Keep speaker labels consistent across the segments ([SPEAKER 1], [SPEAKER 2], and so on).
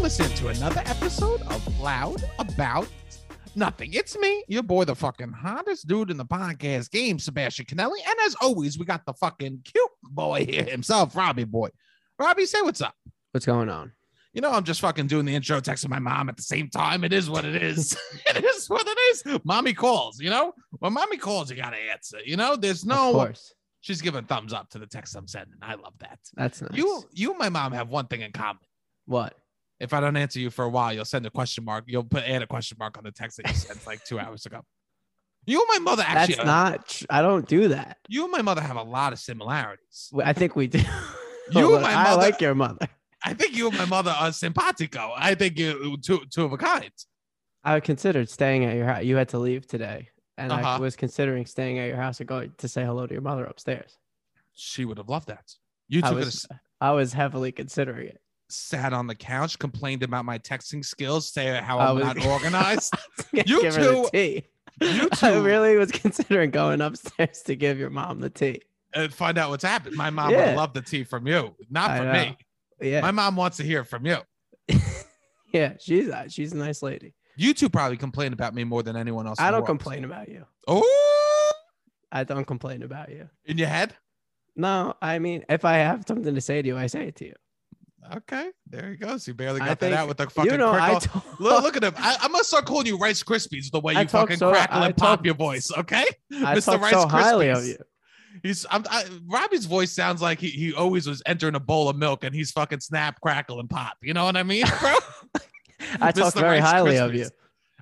[SPEAKER 1] listen to another episode of Loud About Nothing. It's me, your boy, the fucking hottest dude in the podcast game, Sebastian Canelli. And as always, we got the fucking cute boy here himself, Robbie Boy. Robbie, say what's up.
[SPEAKER 2] What's going on?
[SPEAKER 1] You know, I'm just fucking doing the intro, texting my mom at the same time. It is what it is. it is what it is. Mommy calls, you know? When mommy calls, you gotta answer. You know, there's
[SPEAKER 2] Of
[SPEAKER 1] no
[SPEAKER 2] course.
[SPEAKER 1] she's giving thumbs up to the text I'm sending. I love that.
[SPEAKER 2] That's nice.
[SPEAKER 1] You you and my mom have one thing in common.
[SPEAKER 2] what?
[SPEAKER 1] if I don't answer you for a while, you'll send a question mark. You'll put add a question mark on the text that you sent like two hours ago. You and my mother actually, uh,
[SPEAKER 2] That's not. tr- I don't do that.
[SPEAKER 1] you and my mother have a lot of similarities.
[SPEAKER 2] W- I think we do.
[SPEAKER 1] You and my
[SPEAKER 2] I
[SPEAKER 1] mother-
[SPEAKER 2] like your mother.
[SPEAKER 1] I think you and my mother are simpatico. I think you uh, two two of a kind.
[SPEAKER 2] I considered staying at your house. You had to leave today, and I
[SPEAKER 1] Uh-huh.
[SPEAKER 2] was considering staying at your house and going to say hello to your mother upstairs.
[SPEAKER 1] She would have loved that. You two
[SPEAKER 2] I
[SPEAKER 1] could have
[SPEAKER 2] was, I was heavily considering it.
[SPEAKER 1] sat on the couch, complained about my texting skills, say how
[SPEAKER 2] I
[SPEAKER 1] I'm
[SPEAKER 2] was-
[SPEAKER 1] not organized. You
[SPEAKER 2] give her the
[SPEAKER 1] two-
[SPEAKER 2] tea.
[SPEAKER 1] you
[SPEAKER 2] I
[SPEAKER 1] two-
[SPEAKER 2] really was considering going upstairs to give your mom the tea.
[SPEAKER 1] and find out what's happened. My mom
[SPEAKER 2] Yeah.
[SPEAKER 1] would love the tea from you, not
[SPEAKER 2] I
[SPEAKER 1] from
[SPEAKER 2] know.
[SPEAKER 1] me.
[SPEAKER 2] Yeah,
[SPEAKER 1] My mom wants to hear it from you.
[SPEAKER 2] yeah. She's uh, she's a nice lady.
[SPEAKER 1] You two probably complain about me more than anyone else. in
[SPEAKER 2] I
[SPEAKER 1] the
[SPEAKER 2] don't
[SPEAKER 1] world.
[SPEAKER 2] complain about you.
[SPEAKER 1] Oh,
[SPEAKER 2] I don't complain about you.
[SPEAKER 1] in your head.
[SPEAKER 2] No, I mean, if I have something to say to you, I say it to you.
[SPEAKER 1] Okay, there he goes. He barely
[SPEAKER 2] I
[SPEAKER 1] got that
[SPEAKER 2] think-
[SPEAKER 1] out with the fucking
[SPEAKER 2] you know, I
[SPEAKER 1] crackle.
[SPEAKER 2] talk,
[SPEAKER 1] look, look at him. I, I must start calling you Rice Krispies the way
[SPEAKER 2] I
[SPEAKER 1] you
[SPEAKER 2] talk
[SPEAKER 1] fucking
[SPEAKER 2] so-
[SPEAKER 1] crackle
[SPEAKER 2] I
[SPEAKER 1] and pop
[SPEAKER 2] talk-
[SPEAKER 1] your voice. Okay,
[SPEAKER 2] I talk so highly of you.
[SPEAKER 1] He's I'm, I, Robbie's voice sounds like he, he always was entering a bowl of milk and he's fucking snap crackle and pop. You know what I mean, bro?
[SPEAKER 2] I
[SPEAKER 1] Mr.
[SPEAKER 2] talk very
[SPEAKER 1] Rice
[SPEAKER 2] highly of
[SPEAKER 1] Krispies.
[SPEAKER 2] you.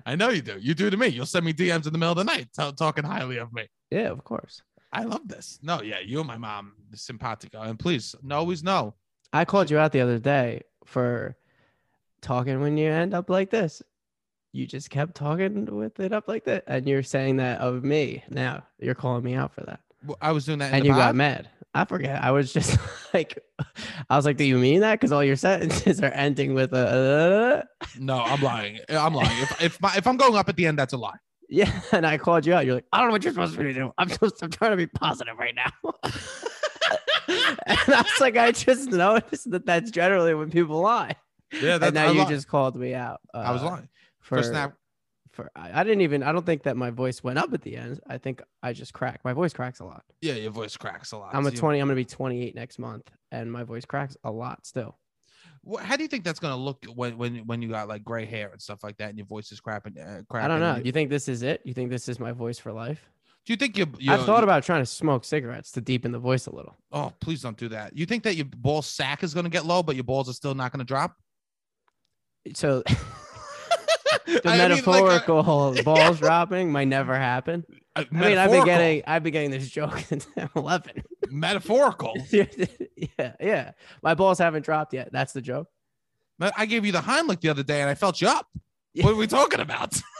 [SPEAKER 1] I know you do. You do to me. You'll send me DMs in the middle of the night t- talking highly of me.
[SPEAKER 2] Yeah, of course.
[SPEAKER 1] I love this. No, yeah, you and my mom, simpatico, and please, no, always no.
[SPEAKER 2] I called you out the other day for talking when you end up like this. You just kept talking with it up like that, and you're saying that of me. Now you're calling me out for that,
[SPEAKER 1] Well, I was doing that, in
[SPEAKER 2] and
[SPEAKER 1] the
[SPEAKER 2] you
[SPEAKER 1] pod.
[SPEAKER 2] got mad. I forget. I was just like, I was like, "Do you mean that?" Because all your sentences are ending with a. Uh,
[SPEAKER 1] No, I'm lying. I'm lying. If if, my, if I'm going up at the end, that's a lie.
[SPEAKER 2] yeah, and I called you out. You're like, "I don't know what you're supposed to be doing. I'm just, I'm trying to be positive right now." and I was like, I just noticed that that's generally when people lie.
[SPEAKER 1] Yeah,
[SPEAKER 2] and now
[SPEAKER 1] I
[SPEAKER 2] you
[SPEAKER 1] lied.
[SPEAKER 2] just called me out.
[SPEAKER 1] I was
[SPEAKER 2] uh,
[SPEAKER 1] lying
[SPEAKER 2] for,
[SPEAKER 1] for, snap.
[SPEAKER 2] For I, I didn't even. I don't think that my voice went up at the end. I think I just cracked. My voice cracks a lot.
[SPEAKER 1] Yeah, your voice cracks a lot.
[SPEAKER 2] I'm a
[SPEAKER 1] So you-
[SPEAKER 2] 20. I'm gonna be 28 next month, and my voice cracks a lot still.
[SPEAKER 1] Wha- How do you think that's gonna look when when when you got like gray hair and stuff like that, and your voice is crapping? Uh, crap
[SPEAKER 2] I don't know.
[SPEAKER 1] You,
[SPEAKER 2] You think this is it? You think this is my voice for life?
[SPEAKER 1] do you think your, your
[SPEAKER 2] I've thought about trying to smoke cigarettes to deepen the voice a little.
[SPEAKER 1] Oh, please don't do that. You think that your ball sack is gonna get low, but your balls are still not gonna drop?
[SPEAKER 2] So the
[SPEAKER 1] I mean, like, uh,
[SPEAKER 2] metaphorical balls dropping might never happen.
[SPEAKER 1] uh,
[SPEAKER 2] I mean, I've been
[SPEAKER 1] metaphorical-
[SPEAKER 2] getting I've been getting this joke since I'm 11.
[SPEAKER 1] metaphorical.
[SPEAKER 2] yeah, yeah. My balls haven't dropped yet. That's the joke.
[SPEAKER 1] But I gave you the Heimlich the other day, and I felt you up. What are we talking about?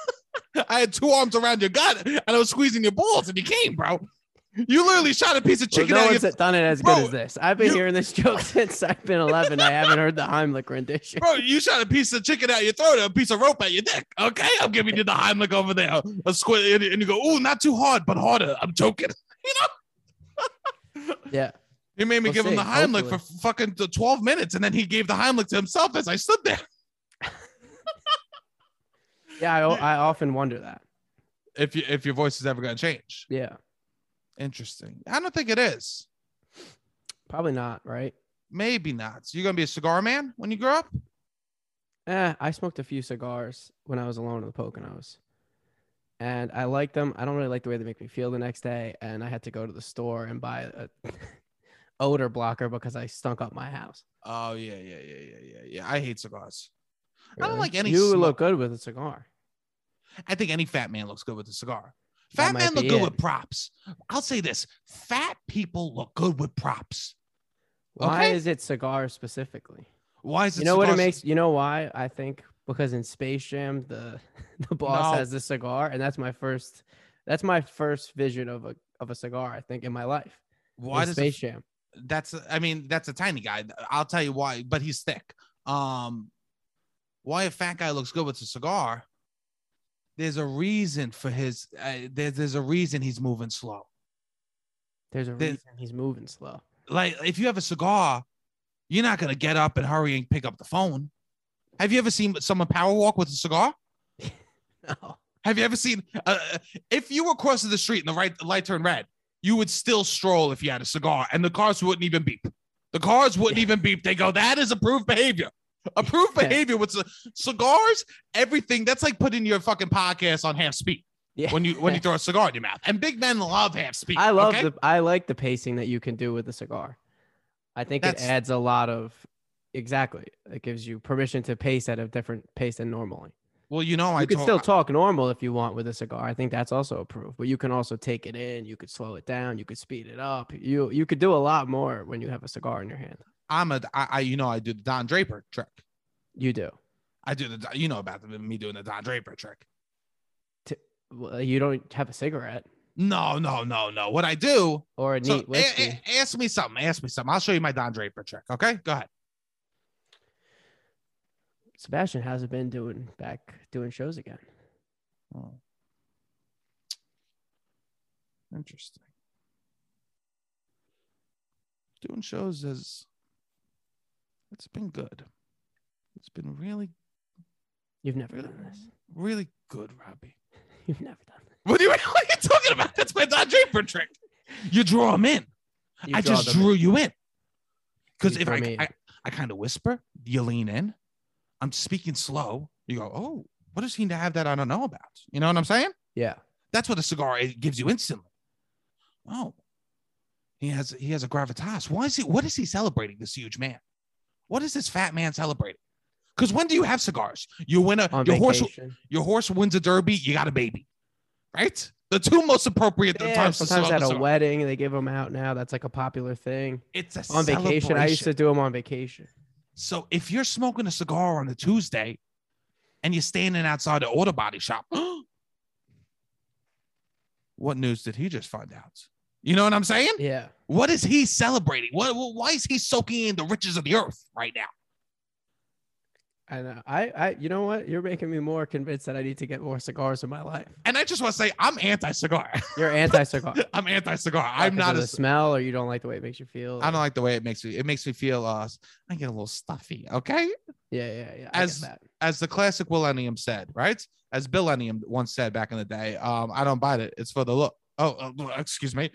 [SPEAKER 1] I had two arms around your gut, and I was squeezing your balls, and you came, bro. You literally shot a piece of
[SPEAKER 2] Well,
[SPEAKER 1] chicken
[SPEAKER 2] no
[SPEAKER 1] out
[SPEAKER 2] one's
[SPEAKER 1] of your
[SPEAKER 2] done it as
[SPEAKER 1] Bro,
[SPEAKER 2] good as this. I've been
[SPEAKER 1] you-
[SPEAKER 2] hearing this joke since I've been 11. I haven't heard the Heimlich rendition.
[SPEAKER 1] bro. You shot a piece of chicken out your throat, and a piece of rope out your dick. Okay, I'm giving you the Heimlich over there. A squid, and, and you go, ooh, not too hard, but harder. I'm joking.
[SPEAKER 2] Yeah.
[SPEAKER 1] You made me
[SPEAKER 2] We'll
[SPEAKER 1] give him
[SPEAKER 2] see,
[SPEAKER 1] the Heimlich for
[SPEAKER 2] hopefully.
[SPEAKER 1] f- fucking t- 12 minutes, and then he gave the Heimlich to himself as I stood there.
[SPEAKER 2] Yeah. I, o- I often wonder that.
[SPEAKER 1] If you, if your voice is ever gonna change,
[SPEAKER 2] Yeah.
[SPEAKER 1] interesting. I don't think it is.
[SPEAKER 2] Probably not. Right.
[SPEAKER 1] Maybe not. So you're gonna be a cigar man when you grow up.
[SPEAKER 2] Eh, I smoked a few cigars when I was alone in the Poconos. And I liked them. I don't really like the way they make me feel the next day. And I had to go to the store and buy a odor blocker because I stunk up my house.
[SPEAKER 1] Oh yeah, yeah, yeah, yeah, yeah, yeah. I hate cigars. I don't
[SPEAKER 2] Really.
[SPEAKER 1] like any
[SPEAKER 2] You
[SPEAKER 1] smoke.
[SPEAKER 2] look good with a cigar.
[SPEAKER 1] I think any fat man looks good with a cigar.
[SPEAKER 2] That
[SPEAKER 1] Fat
[SPEAKER 2] might
[SPEAKER 1] men look
[SPEAKER 2] be
[SPEAKER 1] good
[SPEAKER 2] it.
[SPEAKER 1] with props. I'll say this: fat people look good with props.
[SPEAKER 2] Why
[SPEAKER 1] Okay.
[SPEAKER 2] is it cigars specifically?
[SPEAKER 1] Why is it?
[SPEAKER 2] You know what it
[SPEAKER 1] cigars-
[SPEAKER 2] makes? You know why? I think because in Space Jam, the the boss
[SPEAKER 1] No.
[SPEAKER 2] has the cigar, and that's my first. That's my first vision of a of a cigar. I think in my life.
[SPEAKER 1] Why
[SPEAKER 2] is
[SPEAKER 1] does
[SPEAKER 2] Space
[SPEAKER 1] it,
[SPEAKER 2] Jam?
[SPEAKER 1] that's? I mean, that's a tiny guy. I'll tell you why, but he's thick. Um, why a fat guy looks good with a cigar? There's a reason for his. Uh, there's there's a reason he's moving slow.
[SPEAKER 2] There's a
[SPEAKER 1] There's-
[SPEAKER 2] reason he's moving slow.
[SPEAKER 1] Like if you have a cigar, you're not gonna get up and hurry and pick up the phone. Have you ever seen someone power walk with a cigar?
[SPEAKER 2] No.
[SPEAKER 1] Have you ever seen? Uh, if you were crossing the street and the right the light turned red, you would still stroll if you had a cigar, and the cars wouldn't even beep. The cars wouldn't even beep. They go, "That is approved behavior." Approved
[SPEAKER 2] Yeah.
[SPEAKER 1] behavior with c- cigars, everything. That's like putting your fucking podcast on half speed
[SPEAKER 2] Yeah.
[SPEAKER 1] when you when you throw a cigar in your mouth. And big men love half speed.
[SPEAKER 2] I love
[SPEAKER 1] okay?
[SPEAKER 2] the I like the pacing that you can do with the cigar. I think
[SPEAKER 1] That's-
[SPEAKER 2] it adds a lot of exactly. It gives you permission to pace at a different pace than normally.
[SPEAKER 1] Well, you know,
[SPEAKER 2] You
[SPEAKER 1] I
[SPEAKER 2] can
[SPEAKER 1] told-
[SPEAKER 2] still talk normal if you want with a cigar. I think that's also approved. But you can also take it in. You could slow it down. You could speed it up. You you could do a lot more when you have a cigar in your hand.
[SPEAKER 1] I'm a I, I you know I do the Don Draper trick.
[SPEAKER 2] You do.
[SPEAKER 1] I do the you know about the, me doing the Don Draper trick.
[SPEAKER 2] Well, You don't have a cigarette
[SPEAKER 1] No, no, no, no. What I do
[SPEAKER 2] or a neat
[SPEAKER 1] So, eh, a-
[SPEAKER 2] whiskey.
[SPEAKER 1] a- ask me something. Ask me something. I'll show you my Don Draper trick. Okay, go ahead.
[SPEAKER 2] Sebastian hasn't been doing back doing shows again.
[SPEAKER 1] Hmm. Interesting. Doing shows is it's been good. It's been really,
[SPEAKER 2] You've never done this.
[SPEAKER 1] really good, Robbie.
[SPEAKER 2] You've never done this.
[SPEAKER 1] What are you, what are you talking about? That's my Don Draper trick. You draw them in.
[SPEAKER 2] You
[SPEAKER 1] I
[SPEAKER 2] draw
[SPEAKER 1] just
[SPEAKER 2] them in.
[SPEAKER 1] drew you in. Because
[SPEAKER 2] You
[SPEAKER 1] if
[SPEAKER 2] draw
[SPEAKER 1] I,
[SPEAKER 2] me in.
[SPEAKER 1] I, I kind of whisper, you lean in. I'm speaking slow. You go, oh, what does he have that I don't know about? You know what I'm saying?
[SPEAKER 2] yeah.
[SPEAKER 1] That's what a cigar it gives you instantly. Oh, he has he has a gravitas. Why is he? What is he celebrating? This huge man. What is this fat man celebrating? Because when do you have cigars? You win a
[SPEAKER 2] on
[SPEAKER 1] your horse
[SPEAKER 2] vacation.
[SPEAKER 1] your horse wins a derby. You got a baby, right? The two most appropriate
[SPEAKER 2] Yeah,
[SPEAKER 1] times. to
[SPEAKER 2] sometimes
[SPEAKER 1] smoke
[SPEAKER 2] at a
[SPEAKER 1] cigar.
[SPEAKER 2] wedding, they give them out now. That's like a popular thing.
[SPEAKER 1] It's a
[SPEAKER 2] On vacation, I used
[SPEAKER 1] celebration.
[SPEAKER 2] to do them on vacation.
[SPEAKER 1] So if you're smoking a cigar on a Tuesday and you're standing outside the auto body shop, what news did he just find out? You know what I'm saying?
[SPEAKER 2] Yeah.
[SPEAKER 1] What is he celebrating? What, what- why is he soaking in the riches of the earth right now?
[SPEAKER 2] I know. uh, I, I, you know what? You're making me more convinced that I need to get more cigars in my life.
[SPEAKER 1] And I just want to say, I'm anti cigar.
[SPEAKER 2] You're anti-cigar.
[SPEAKER 1] I'm anti cigar.
[SPEAKER 2] Why, 'cause
[SPEAKER 1] I'm not
[SPEAKER 2] of the
[SPEAKER 1] a.
[SPEAKER 2] smell, or you don't like the way it makes you feel.
[SPEAKER 1] I
[SPEAKER 2] or-
[SPEAKER 1] don't like the way it makes me. It makes me feel. Uh, I get a little stuffy. Okay,
[SPEAKER 2] Yeah, yeah, yeah. I get
[SPEAKER 1] As-
[SPEAKER 2] that.
[SPEAKER 1] as the classic Millennium said, right? As Bill Ennium once said back in the day, um, I don't bite it. It's for the look. Oh, uh, excuse me.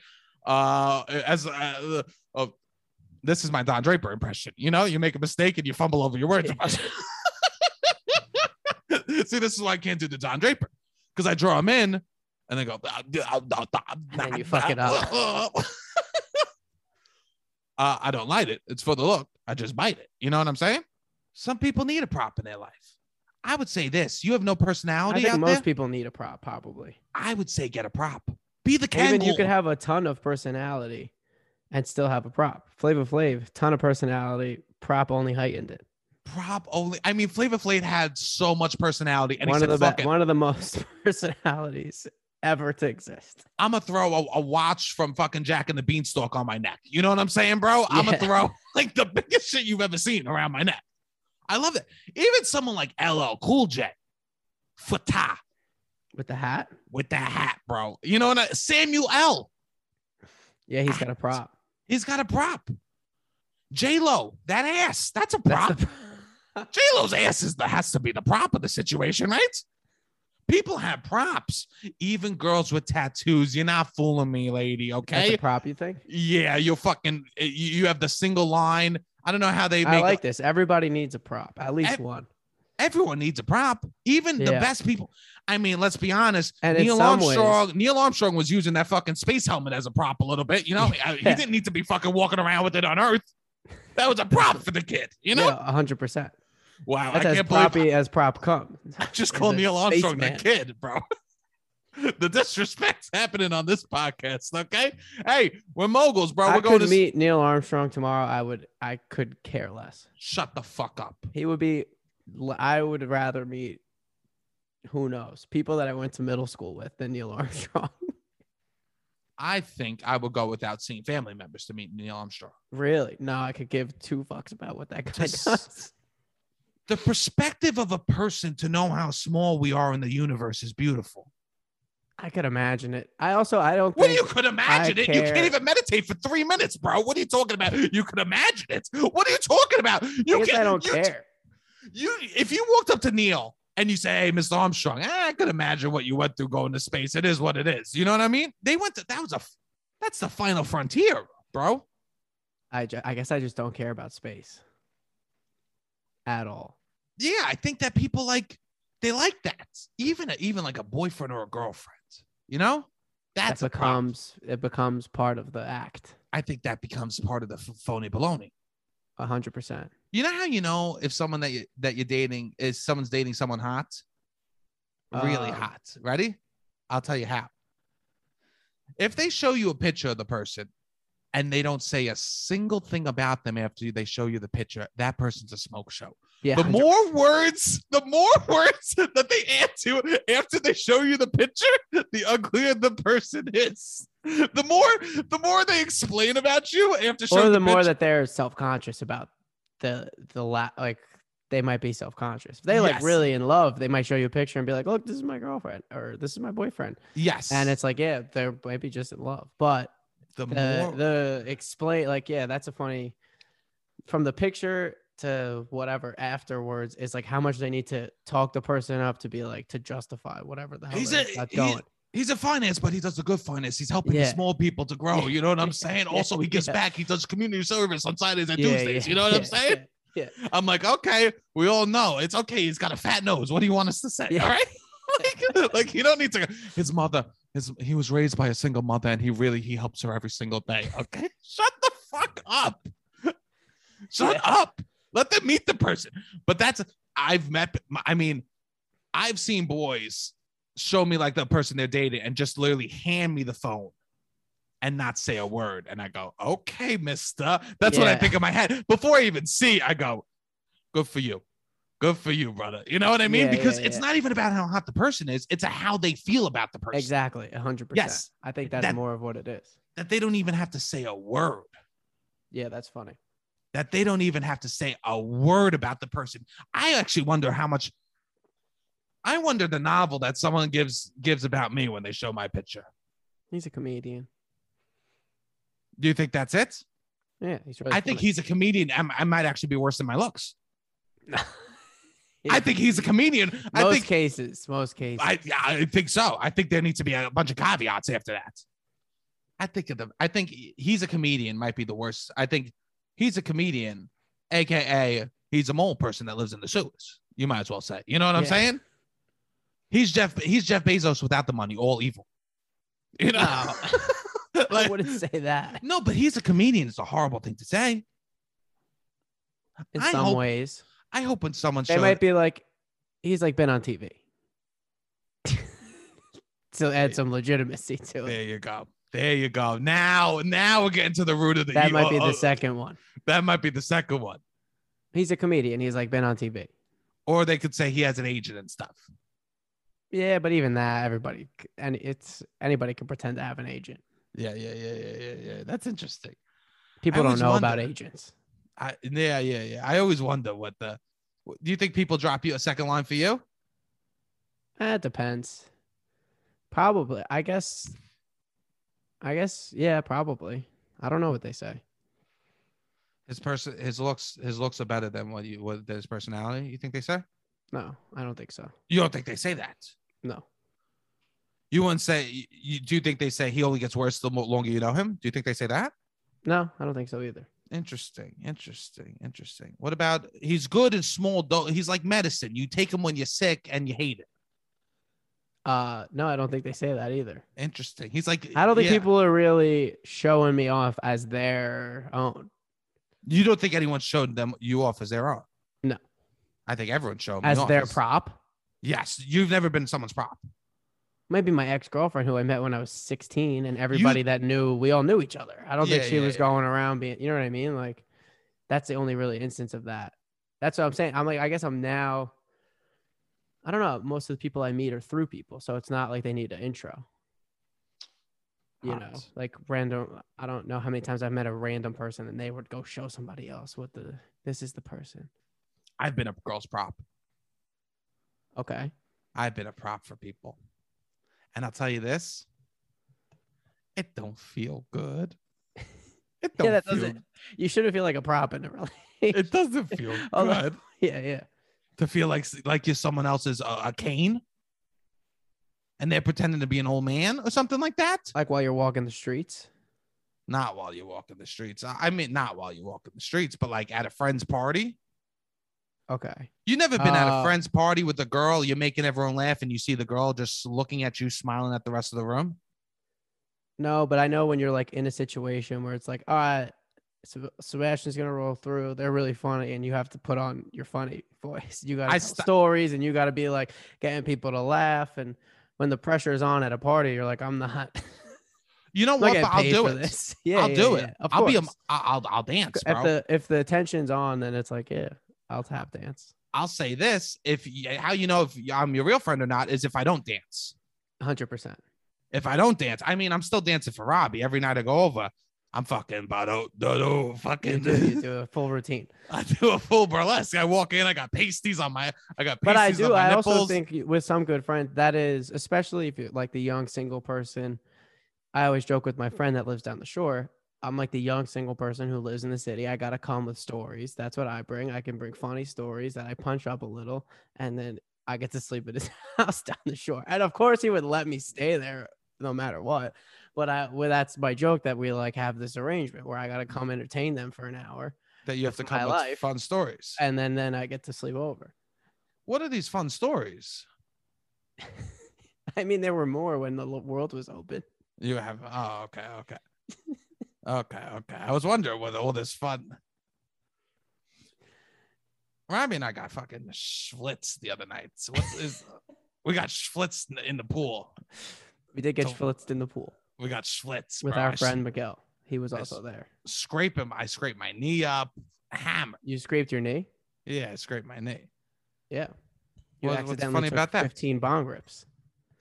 [SPEAKER 1] Uh, as uh, uh, this is my Don Draper impression. You know, you make a mistake and you fumble over your words. See, this is why I can't do the Don Draper because I draw him in and they go, "Ah, and
[SPEAKER 2] then you fuck it up.
[SPEAKER 1] uh, I don't light it. It's for the look. I just bite it. You know what I'm saying? Some people need a prop in their life. I would say this: you have no
[SPEAKER 2] I
[SPEAKER 1] personality
[SPEAKER 2] think
[SPEAKER 1] out
[SPEAKER 2] most
[SPEAKER 1] there.
[SPEAKER 2] people need a prop, probably.
[SPEAKER 1] I would say get a prop. Be the
[SPEAKER 2] Even you
[SPEAKER 1] kangaroo.
[SPEAKER 2] could have a ton of personality, and still have a prop. Flavor Flav, ton of personality, prop only heightened it.
[SPEAKER 1] prop only. I mean, Flavor Flav had so much personality, and
[SPEAKER 2] one
[SPEAKER 1] he said,
[SPEAKER 2] of the
[SPEAKER 1] "Fuck
[SPEAKER 2] be-
[SPEAKER 1] it.
[SPEAKER 2] one of the most personalities ever to exist.
[SPEAKER 1] I'm gonna throw a, a watch from fucking Jack and the Beanstalk on my neck. You know what I'm saying, bro? I'm gonna
[SPEAKER 2] Yeah.
[SPEAKER 1] throw like the biggest shit you've ever seen around my neck. I love it. Even someone like LL Cool J, Fatah
[SPEAKER 2] with the hat.
[SPEAKER 1] with the hat, bro. You know what? I, Samuel L.
[SPEAKER 2] Yeah,
[SPEAKER 1] Ah,
[SPEAKER 2] he's got a prop.
[SPEAKER 1] He's got a prop. J Lo, that ass, that's a
[SPEAKER 2] That's the
[SPEAKER 1] prop. J Lo's ass is the has to be the prop of the situation, right? People have props, even girls with tattoos. You're not fooling me, lady.
[SPEAKER 2] that's a
[SPEAKER 1] Okay.
[SPEAKER 2] prop. You think?
[SPEAKER 1] Yeah, you're fucking. You you have the single line. I don't know how they
[SPEAKER 2] I
[SPEAKER 1] make.
[SPEAKER 2] like this. Everybody needs a prop, at least
[SPEAKER 1] Ev-
[SPEAKER 2] one.
[SPEAKER 1] everyone needs a prop, even the
[SPEAKER 2] Yeah.
[SPEAKER 1] best people. I mean, let's be honest.
[SPEAKER 2] And in
[SPEAKER 1] Neil
[SPEAKER 2] some ways-
[SPEAKER 1] Armstrong. Neil Armstrong was using that fucking space helmet as a prop a little bit. You know, I- he
[SPEAKER 2] Yeah.
[SPEAKER 1] didn't need to be fucking walking around with it on Earth. That was a prop for the kid. You know.
[SPEAKER 2] yeah, hundred percent.
[SPEAKER 1] Wow,
[SPEAKER 2] That's
[SPEAKER 1] I
[SPEAKER 2] as
[SPEAKER 1] can't believe
[SPEAKER 2] proppy as prop come.
[SPEAKER 1] I
[SPEAKER 2] as
[SPEAKER 1] just call
[SPEAKER 2] a
[SPEAKER 1] Neil Armstrong the
[SPEAKER 2] spaceman.
[SPEAKER 1] kid, bro. the disrespect's happening on this podcast. Okay, hey, we're moguls, bro.
[SPEAKER 2] I
[SPEAKER 1] we're going
[SPEAKER 2] could
[SPEAKER 1] to
[SPEAKER 2] meet Neil Armstrong tomorrow. I would. I could care less.
[SPEAKER 1] shut the fuck up.
[SPEAKER 2] He would be. I would rather meet. Who knows? People that I went to middle school with than Neil Armstrong.
[SPEAKER 1] I think I would go without seeing family members to meet Neil Armstrong.
[SPEAKER 2] really? No, I could give two fucks about what that guy
[SPEAKER 1] Just-
[SPEAKER 2] does.
[SPEAKER 1] the perspective of a person to know how small we are in the universe is beautiful.
[SPEAKER 2] I could imagine it. I also. I don't.
[SPEAKER 1] What
[SPEAKER 2] think,
[SPEAKER 1] you could imagine
[SPEAKER 2] I
[SPEAKER 1] it? You can't
[SPEAKER 2] care.
[SPEAKER 1] even meditate for three minutes, bro. What are you talking about? You could imagine it. What are you talking about?
[SPEAKER 2] I
[SPEAKER 1] You
[SPEAKER 2] guess
[SPEAKER 1] can,
[SPEAKER 2] I don't
[SPEAKER 1] you,
[SPEAKER 2] care.
[SPEAKER 1] You, if you walked up to Neil and you say, "Hey, Mr. Armstrong, eh, I could imagine what you went through going to space. It is what it is." You know what I mean? They went to that was a, f- that's the final frontier, bro.
[SPEAKER 2] I, ju- I guess I just don't care about space at all.
[SPEAKER 1] Yeah, I think that people like they like that. Even even like a boyfriend or a girlfriend, you know, that's
[SPEAKER 2] that
[SPEAKER 1] a problem.
[SPEAKER 2] becomes it becomes part of the act.
[SPEAKER 1] I think that becomes part of the f- phony baloney.
[SPEAKER 2] A hundred percent.
[SPEAKER 1] You know how you know if someone that you that you're dating is someone's dating someone hot, really
[SPEAKER 2] Um,
[SPEAKER 1] hot. Ready? I'll tell you how. If they show you a picture of the person and they don't say a single thing about them after they show you the picture, that person's a smoke show.
[SPEAKER 2] Yeah.
[SPEAKER 1] The
[SPEAKER 2] 100
[SPEAKER 1] more words, the more words that they add to after they show you the picture, the uglier the person is. The more, the more they explain about you after showing
[SPEAKER 2] or the
[SPEAKER 1] picture.
[SPEAKER 2] more that they're self-conscious about the the la- like they might be self-conscious if they like
[SPEAKER 1] Yes.
[SPEAKER 2] really in love they might show you a picture and be like look this is my girlfriend or this is my boyfriend
[SPEAKER 1] yes,
[SPEAKER 2] and it's like yeah they're maybe just in love but
[SPEAKER 1] the
[SPEAKER 2] the
[SPEAKER 1] more
[SPEAKER 2] the explain like yeah that's a funny from the picture to whatever afterwards is like how much they need to talk the person up to be like to justify whatever the hell
[SPEAKER 1] He's
[SPEAKER 2] they're
[SPEAKER 1] a-
[SPEAKER 2] got
[SPEAKER 1] he's-
[SPEAKER 2] going
[SPEAKER 1] he's a finance, but he does the good finance. He's helping the
[SPEAKER 2] Yeah.
[SPEAKER 1] small people to grow. You know what I'm saying? Also, he gives
[SPEAKER 2] Yeah.
[SPEAKER 1] back. He does community service on Saturdays and
[SPEAKER 2] Yeah,
[SPEAKER 1] Tuesdays.
[SPEAKER 2] yeah,
[SPEAKER 1] you know what I'm
[SPEAKER 2] yeah,
[SPEAKER 1] saying? I'm like, okay, we all know it's okay. He's got a fat nose. What do you want us to say?
[SPEAKER 2] Yeah.
[SPEAKER 1] All right. like, like you don't need to. go, His mother, his he was raised by a single mother, and he really he helps her every single day. Okay, shut the fuck up. Shut
[SPEAKER 2] Yeah.
[SPEAKER 1] up. Let them meet the person. But that's I've met. I mean, I've seen boys show me like the person they're dating and just literally hand me the phone and not say a word. And I go, okay, mister. That's what I
[SPEAKER 2] Yeah.
[SPEAKER 1] think in my head. Before I even see, I go, good for you. Good for you, brother. You know what I mean?
[SPEAKER 2] Yeah,
[SPEAKER 1] because
[SPEAKER 2] yeah,
[SPEAKER 1] it's
[SPEAKER 2] yeah.
[SPEAKER 1] not even about how hot the person is, it's a how they feel about the person.
[SPEAKER 2] exactly 100%
[SPEAKER 1] Yes.
[SPEAKER 2] i think that's
[SPEAKER 1] That-
[SPEAKER 2] more of what it is
[SPEAKER 1] That they don't even have to say a word.
[SPEAKER 2] yeah that's funny
[SPEAKER 1] That they don't even have to say a word about the person. I actually wonder how much I wonder the novel that someone gives gives about me when they show my picture.
[SPEAKER 2] He's a comedian.
[SPEAKER 1] Do you think that's it?
[SPEAKER 2] Yeah, he's really
[SPEAKER 1] I think he's a comedian. I'm- i might actually be worse than my looks.
[SPEAKER 2] funny.
[SPEAKER 1] I think he's a comedian. I
[SPEAKER 2] most
[SPEAKER 1] think
[SPEAKER 2] cases, most cases.
[SPEAKER 1] I, I think so. I think there needs to be a bunch of caveats after that. I think of the I think he's a comedian might be the worst. I think he's a comedian, aka he's a mole person that lives in the sewers. You might as well say. You know what I'm
[SPEAKER 2] Yeah.
[SPEAKER 1] saying? He's Jeff. He's Jeff Bezos without the money, all evil. You know,
[SPEAKER 2] I
[SPEAKER 1] like,
[SPEAKER 2] wouldn't say that.
[SPEAKER 1] no, but he's a comedian. It's a horrible thing to say.
[SPEAKER 2] In
[SPEAKER 1] I
[SPEAKER 2] some
[SPEAKER 1] hope
[SPEAKER 2] ways,
[SPEAKER 1] I hope when someone
[SPEAKER 2] they
[SPEAKER 1] shows
[SPEAKER 2] might be like, he's like been on TV. so add some legitimacy to it.
[SPEAKER 1] There you go. There you go. Now, now we're getting to the root of the.
[SPEAKER 2] That might be
[SPEAKER 1] oh, oh,
[SPEAKER 2] the second one.
[SPEAKER 1] That might be the second one.
[SPEAKER 2] He's a comedian. He's like been on TV.
[SPEAKER 1] Or they could say he has an agent and stuff.
[SPEAKER 2] Yeah, but even that, everybody c- and it's anybody can pretend to have an agent.
[SPEAKER 1] Yeah, yeah, yeah, yeah, yeah, yeah. That's interesting.
[SPEAKER 2] People don't
[SPEAKER 1] always
[SPEAKER 2] know about
[SPEAKER 1] wonder-
[SPEAKER 2] agents.
[SPEAKER 1] I yeah, yeah, yeah. I always wonder what the. Do you think people drop you a second line for you?
[SPEAKER 2] Eh, It depends. Probably. I guess. I guess. Yeah, probably. I don't know what they say.
[SPEAKER 1] His person, his looks, his looks are better than what you, what than his personality. You think they say?
[SPEAKER 2] No, I don't think so.
[SPEAKER 1] You don't think they say that?
[SPEAKER 2] No.
[SPEAKER 1] You wouldn't say. You, you do you think they say he only gets worse the mo- longer you know him? Do you think they say that?
[SPEAKER 2] No, I don't think so either.
[SPEAKER 1] Interesting, interesting, interesting. What about he's good in small dose? He's like medicine. You take him when you're sick and you hate it.
[SPEAKER 2] Uh, no, I don't think they say that either.
[SPEAKER 1] Interesting. He's like
[SPEAKER 2] I don't think
[SPEAKER 1] yeah.
[SPEAKER 2] people are really showing me off as their own,
[SPEAKER 1] You don't think anyone showed them you off as their own?
[SPEAKER 2] No.
[SPEAKER 1] I think everyone showed me
[SPEAKER 2] as
[SPEAKER 1] off
[SPEAKER 2] their prop.
[SPEAKER 1] Yes, you've never been someone's prop.
[SPEAKER 2] Maybe my ex girlfriend who I met when I was 16, and everybody that knew, we all knew each other. I don't
[SPEAKER 1] Yeah,
[SPEAKER 2] think she
[SPEAKER 1] yeah,
[SPEAKER 2] was
[SPEAKER 1] yeah.
[SPEAKER 2] going around being, you know what I mean? Like, that's the only really instance of that. That's what I'm saying. I'm like, I guess I'm now, I don't know. Most of the people I meet are through people. So it's not like they need an intro. you know,
[SPEAKER 1] Hot.
[SPEAKER 2] like random. I don't know how many times I've met a random person and they would go show somebody else what the this is the person.
[SPEAKER 1] I've been a girl's prop.
[SPEAKER 2] Okay,
[SPEAKER 1] I've been a prop for people, and I'll tell you this: it don't feel good. It don't
[SPEAKER 2] yeah, that
[SPEAKER 1] feel.
[SPEAKER 2] doesn't. You shouldn't feel like a prop in a relationship.
[SPEAKER 1] It doesn't feel
[SPEAKER 2] Although-
[SPEAKER 1] good.
[SPEAKER 2] yeah, yeah.
[SPEAKER 1] to feel like like you're someone else's uh, a cane, and they're pretending to be an old man or something like that.
[SPEAKER 2] Like while you're walking the streets.
[SPEAKER 1] Not while you're walking the streets. I I mean, not while you're walking the streets, but like at a friend's party.
[SPEAKER 2] Okay.
[SPEAKER 1] You never been at
[SPEAKER 2] Uh,
[SPEAKER 1] a friend's party with a girl. You're making everyone laugh, and you see the girl just looking at you, smiling at the rest of the room.
[SPEAKER 2] No, but I know when you're like in a situation where it's like, all right, Seb- Sebastian's gonna roll through. They're really funny, and you have to put on your funny voice. You got
[SPEAKER 1] I
[SPEAKER 2] to
[SPEAKER 1] st-
[SPEAKER 2] stories, and you got to be like getting people to laugh. And when the pressure is on at a party, you're like, I'm not.
[SPEAKER 1] You know
[SPEAKER 2] I'm not
[SPEAKER 1] what?
[SPEAKER 2] getting
[SPEAKER 1] but I'll
[SPEAKER 2] paid
[SPEAKER 1] do
[SPEAKER 2] for
[SPEAKER 1] it.
[SPEAKER 2] This. Yeah,
[SPEAKER 1] I'll
[SPEAKER 2] yeah,
[SPEAKER 1] do
[SPEAKER 2] yeah,
[SPEAKER 1] it.
[SPEAKER 2] Of
[SPEAKER 1] I'll be. A,
[SPEAKER 2] course.
[SPEAKER 1] I'll I'll dance, bro.
[SPEAKER 2] if the if the tension's on, then it's like, yeah, I'll tap dance.
[SPEAKER 1] I'll say this: if y- how you know if I'm your real friend or not is if I don't dance.
[SPEAKER 2] Hundred percent.
[SPEAKER 1] If I don't dance, I mean, I'm still dancing for Robbie every night I go over. I'm fucking bado, do,
[SPEAKER 2] You
[SPEAKER 1] fucking.
[SPEAKER 2] do you do a full routine.
[SPEAKER 1] I do a full burlesque. I walk in. I got pasties on my. I got. Pasties
[SPEAKER 2] But I
[SPEAKER 1] On
[SPEAKER 2] do.
[SPEAKER 1] my
[SPEAKER 2] I
[SPEAKER 1] nipples.
[SPEAKER 2] also think y- with some good friends, that is especially if you're like the young single person. I always joke with my friend that lives down the shore. I'm like the young single person who lives in the city. I gotta come with stories. That's what I bring. I can bring funny stories that I punch up a little, and then I get to sleep at his house down the shore. And of course, he would let me stay there no matter what. But I, well, that's my joke that we like have this arrangement where I gotta come entertain them for an hour,
[SPEAKER 1] that you have to
[SPEAKER 2] my
[SPEAKER 1] come up with
[SPEAKER 2] life.
[SPEAKER 1] fun stories.
[SPEAKER 2] and then then I get to sleep over.
[SPEAKER 1] What are these fun stories?
[SPEAKER 2] I mean, there were more when the l- world was open.
[SPEAKER 1] You have oh okay okay okay okay. I was wondering whether all this fun. Robbie and I got fucking schlitz the other night. So what is we got schlitz in the, in the pool?
[SPEAKER 2] We did get
[SPEAKER 1] Don't-
[SPEAKER 2] schwitzed in the pool
[SPEAKER 1] We got schlitz
[SPEAKER 2] with
[SPEAKER 1] bro. I
[SPEAKER 2] our
[SPEAKER 1] s-
[SPEAKER 2] friend Miguel. He was
[SPEAKER 1] I
[SPEAKER 2] also there.
[SPEAKER 1] Scrape him. I scrape my knee up. Hammer.
[SPEAKER 2] You scraped your knee.
[SPEAKER 1] Yeah, I scrape my knee.
[SPEAKER 2] Yeah. You
[SPEAKER 1] What- what's
[SPEAKER 2] accidentally
[SPEAKER 1] funny
[SPEAKER 2] took
[SPEAKER 1] about that?
[SPEAKER 2] 15 bong rips.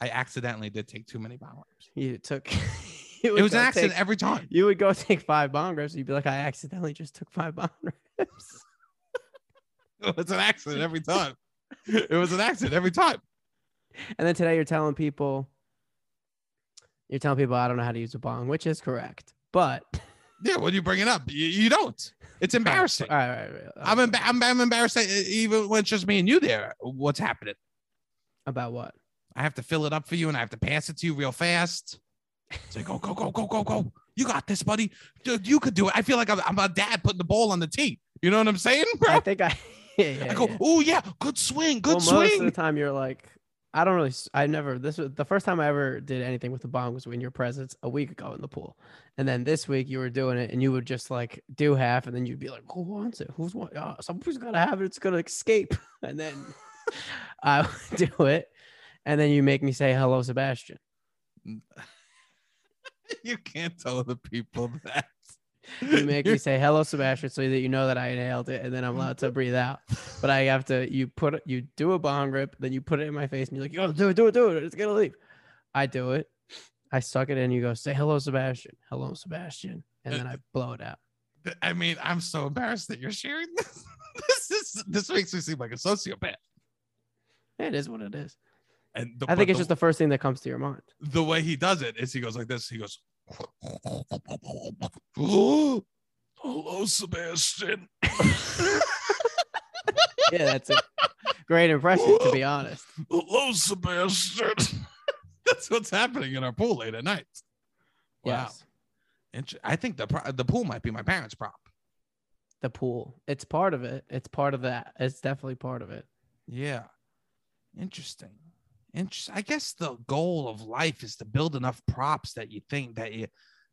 [SPEAKER 1] I accidentally did take too many bong rips.
[SPEAKER 2] You took.
[SPEAKER 1] It was an accident every time.
[SPEAKER 2] you would go take five bong rips. You'd be like, I accidentally just took five bong rips.
[SPEAKER 1] It was an accident every time. It was an accident every time.
[SPEAKER 2] And then today you're telling people, you're telling people, I don't know how to use a bong, which is correct. But
[SPEAKER 1] Yeah, what are you bringing up? You, you don't. It's embarrassing.
[SPEAKER 2] All right, all right, all right, all
[SPEAKER 1] I'm,
[SPEAKER 2] right.
[SPEAKER 1] emba- I'm I'm embarrassed that uh, even when it's just me and you there. What's happening?
[SPEAKER 2] about what?
[SPEAKER 1] I have to fill it up for you and I have to pass it to you real fast. Say go go go go go go. You got this, buddy. Dude, you could do it. I feel like I'm, I'm a dad putting the ball on the tee. You know what I'm saying, bro?
[SPEAKER 2] I think I. Yeah, yeah,
[SPEAKER 1] I go,
[SPEAKER 2] yeah.
[SPEAKER 1] oh yeah, good swing, good
[SPEAKER 2] well, most of
[SPEAKER 1] swing.
[SPEAKER 2] the time you're like, I don't really, s- I never, this was the first time I ever did anything with the bong was in your presence a week ago in the pool. And then this week you were doing it and you would just like do half and then you'd be like, who wants it? Who's want? Oh, somebody's got to have it. It's going to escape. And then I would do it. And then you make me say, hello, Sebastian.
[SPEAKER 1] You can't tell the people that.
[SPEAKER 2] You make me say, hello, Sebastian, so that you know that I inhaled it and then I'm allowed to breathe out. But I have to, you put it, you do a bong rip, then you put it in my face and you're like, yo, do it, do it, do it. It's going to leave. I do it. I suck it in. You go, say hello, Sebastian. Hello, Sebastian. And then I blow it out.
[SPEAKER 1] I mean, I'm so embarrassed that you're sharing this. this is this makes me seem like a sociopath.
[SPEAKER 2] It is what it is.
[SPEAKER 1] And the,
[SPEAKER 2] I think
[SPEAKER 1] but
[SPEAKER 2] it's
[SPEAKER 1] the-
[SPEAKER 2] just the first thing that comes to your mind.
[SPEAKER 1] the way he does it is he goes like this. He goes, "Oh, hello, Sebastian.
[SPEAKER 2] Yeah, that's it. Great impression, to be honest.
[SPEAKER 1] hello, Sebastian. That's what's happening in our pool late at night. Wow.
[SPEAKER 2] Yes.
[SPEAKER 1] Inter- I think the pro- the pool might be my parents' prop.
[SPEAKER 2] The pool. It's part of it. It's part of that. It's definitely part of it.
[SPEAKER 1] Yeah. Interesting. Interesting. I guess the goal of life is to build enough props that you think that you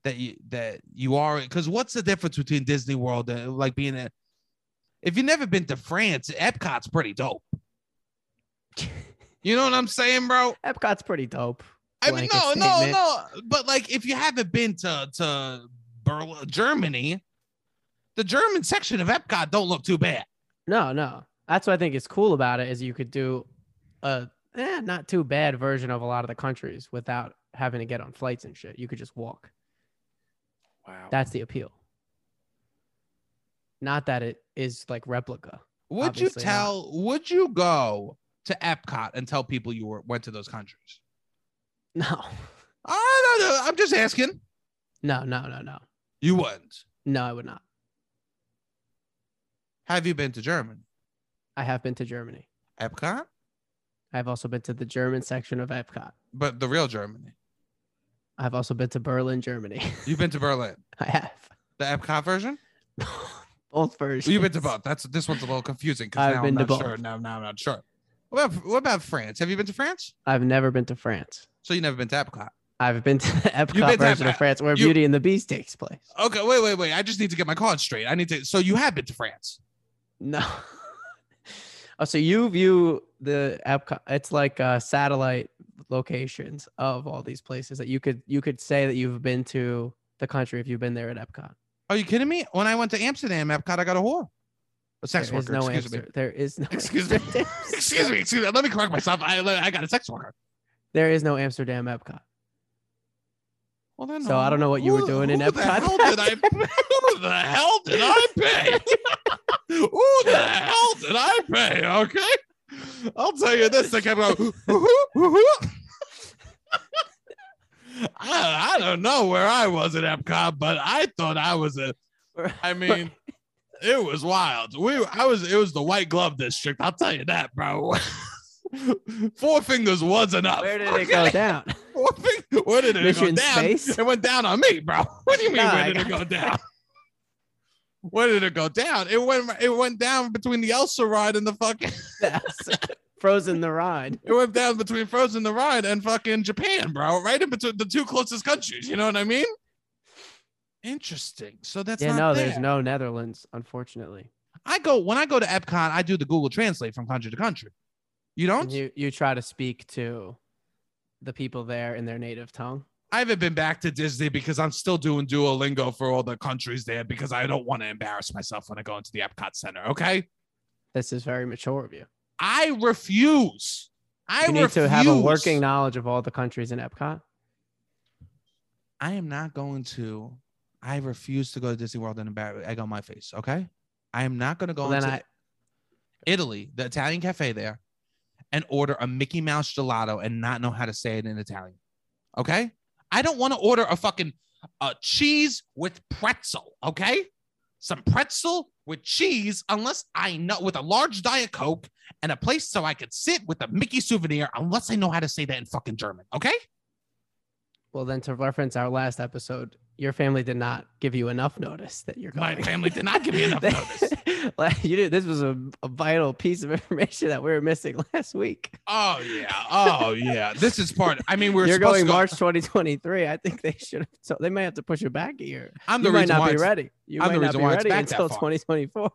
[SPEAKER 1] that you that you are because what's the difference between Disney World and like being a if you've never been to France, Epcot's pretty dope. You know what I'm saying, bro?
[SPEAKER 2] Epcot's pretty dope.
[SPEAKER 1] I mean,
[SPEAKER 2] Blanket
[SPEAKER 1] no, no,
[SPEAKER 2] statement.
[SPEAKER 1] no. But like, if you haven't been to to Berlin, Germany, the German section of Epcot don't look too bad.
[SPEAKER 2] No, no. That's what I think is cool about it is you could do a eh, not too bad version of a lot of the countries without having to get on flights and shit. You could just walk.
[SPEAKER 1] Wow.
[SPEAKER 2] That's the appeal. Not that it is like replica.
[SPEAKER 1] Would you
[SPEAKER 2] Obviously not.
[SPEAKER 1] tell? Would you go to Epcot and tell people you were went to those countries?
[SPEAKER 2] No,
[SPEAKER 1] I don't know. I'm just asking.
[SPEAKER 2] no, no, no, no,
[SPEAKER 1] You wouldn't.
[SPEAKER 2] no. I would not.
[SPEAKER 1] Have you been to Germany?
[SPEAKER 2] I have been to Germany.
[SPEAKER 1] Epcot,
[SPEAKER 2] I've also been to the German section of Epcot.
[SPEAKER 1] but the real Germany.
[SPEAKER 2] I've also been to Berlin, Germany.
[SPEAKER 1] You've been to Berlin,
[SPEAKER 2] I have
[SPEAKER 1] the Epcot version.
[SPEAKER 2] both versions.
[SPEAKER 1] You've been to both. That's this one's a little confusing because
[SPEAKER 2] I've
[SPEAKER 1] now
[SPEAKER 2] been to
[SPEAKER 1] I'm not sure.
[SPEAKER 2] both.
[SPEAKER 1] Now, now I'm not sure. What about, what about France? Have you been to France?
[SPEAKER 2] I've never been to France.
[SPEAKER 1] So you never been to Epcot.
[SPEAKER 2] I've been to the
[SPEAKER 1] been to
[SPEAKER 2] Epcot version
[SPEAKER 1] Epcot.
[SPEAKER 2] of France where
[SPEAKER 1] You-
[SPEAKER 2] Beauty and the Beast takes place.
[SPEAKER 1] Okay, wait, wait, wait. I just need to get my cards straight. I need to. So you have been to France.
[SPEAKER 2] No. oh, so you view the Epcot? It's like uh, satellite locations of all these places that you could you could say that you've been to the country if you've been there at Epcot.
[SPEAKER 1] Are you kidding me? When I went to Amsterdam, Epcot, I got a whore. A sex
[SPEAKER 2] There is
[SPEAKER 1] worker.
[SPEAKER 2] no
[SPEAKER 1] excuse me.
[SPEAKER 2] Amster- There is no.
[SPEAKER 1] Excuse me.
[SPEAKER 2] Amsterdam.
[SPEAKER 1] Excuse me. Excuse me. Let me correct myself. I, I got a sex worker.
[SPEAKER 2] there is no Amsterdam Epcot.
[SPEAKER 1] Well, then, um,
[SPEAKER 2] So I don't know what you were
[SPEAKER 1] who-
[SPEAKER 2] doing in
[SPEAKER 1] who The
[SPEAKER 2] Epcot.
[SPEAKER 1] hell did I, who the hell did I pay? who the hell did I pay? Okay. I'll tell you this. They kept going. "Hoo-hoo, hoo-hoo." I, I don't know where I was at Epcot, but I thought I was a. I mean, it was wild. We, I was, it was the white glove district. I'll tell you that, bro. Four fingers was enough.
[SPEAKER 2] Where did it go down?
[SPEAKER 1] What thing- Where did it
[SPEAKER 2] Mission
[SPEAKER 1] go down?
[SPEAKER 2] space?
[SPEAKER 1] It went down on me, bro. What do you mean?
[SPEAKER 2] No,
[SPEAKER 1] where
[SPEAKER 2] I
[SPEAKER 1] did it go down? Where did it go down? It went. It went down between the Elsa ride and the fucking.
[SPEAKER 2] Yes. Frozen the ride.
[SPEAKER 1] It went down between Frozen the ride and fucking Japan, bro. Right in between the two closest countries. You know what I mean? Interesting. So that's
[SPEAKER 2] yeah,
[SPEAKER 1] not
[SPEAKER 2] no,
[SPEAKER 1] there.
[SPEAKER 2] there's no Netherlands, unfortunately.
[SPEAKER 1] I go when I go to Epcot. I do the Google Translate from country to country. You don't?
[SPEAKER 2] And you you try to speak to the people there in their native tongue.
[SPEAKER 1] I haven't been back to Disney because I'm still doing Duolingo for all the countries there because I don't want to embarrass myself when I go into the Epcot Center. Okay,
[SPEAKER 2] This is very mature of you.
[SPEAKER 1] I refuse. I
[SPEAKER 2] you need
[SPEAKER 1] refuse.
[SPEAKER 2] to have a working knowledge of all the countries in Epcot.
[SPEAKER 1] I am not going to. I refuse to go to Disney World and embarrass egg on my face. Okay, I am not going to go
[SPEAKER 2] Well, then
[SPEAKER 1] into
[SPEAKER 2] I-
[SPEAKER 1] Italy, the Italian cafe there, and order a Mickey Mouse gelato and not know how to say it in Italian. Okay, I don't want to order a fucking uh, cheese with pretzel. Okay, some pretzel with cheese, unless I know with a large diet coke and a place so I could sit with a Mickey souvenir, unless I know how to say that in fucking German. Okay.
[SPEAKER 2] Well, then to reference our last episode, your family did not give you enough notice that you're
[SPEAKER 1] My
[SPEAKER 2] going.
[SPEAKER 1] family did not give me enough notice.
[SPEAKER 2] like you did, this was a, a vital piece of information that we were missing last week.
[SPEAKER 1] Oh yeah. Oh yeah. This is part. I mean, we are
[SPEAKER 2] You're
[SPEAKER 1] supposed
[SPEAKER 2] going
[SPEAKER 1] to go,
[SPEAKER 2] March 2023. I think they should have. So they may have to push it back a year.
[SPEAKER 1] I'm the
[SPEAKER 2] you might
[SPEAKER 1] reason
[SPEAKER 2] not
[SPEAKER 1] why
[SPEAKER 2] be
[SPEAKER 1] it's-
[SPEAKER 2] ready. You
[SPEAKER 1] I'm the
[SPEAKER 2] might not
[SPEAKER 1] reason
[SPEAKER 2] be
[SPEAKER 1] why it's
[SPEAKER 2] ready
[SPEAKER 1] back that
[SPEAKER 2] until
[SPEAKER 1] far.
[SPEAKER 2] 2024.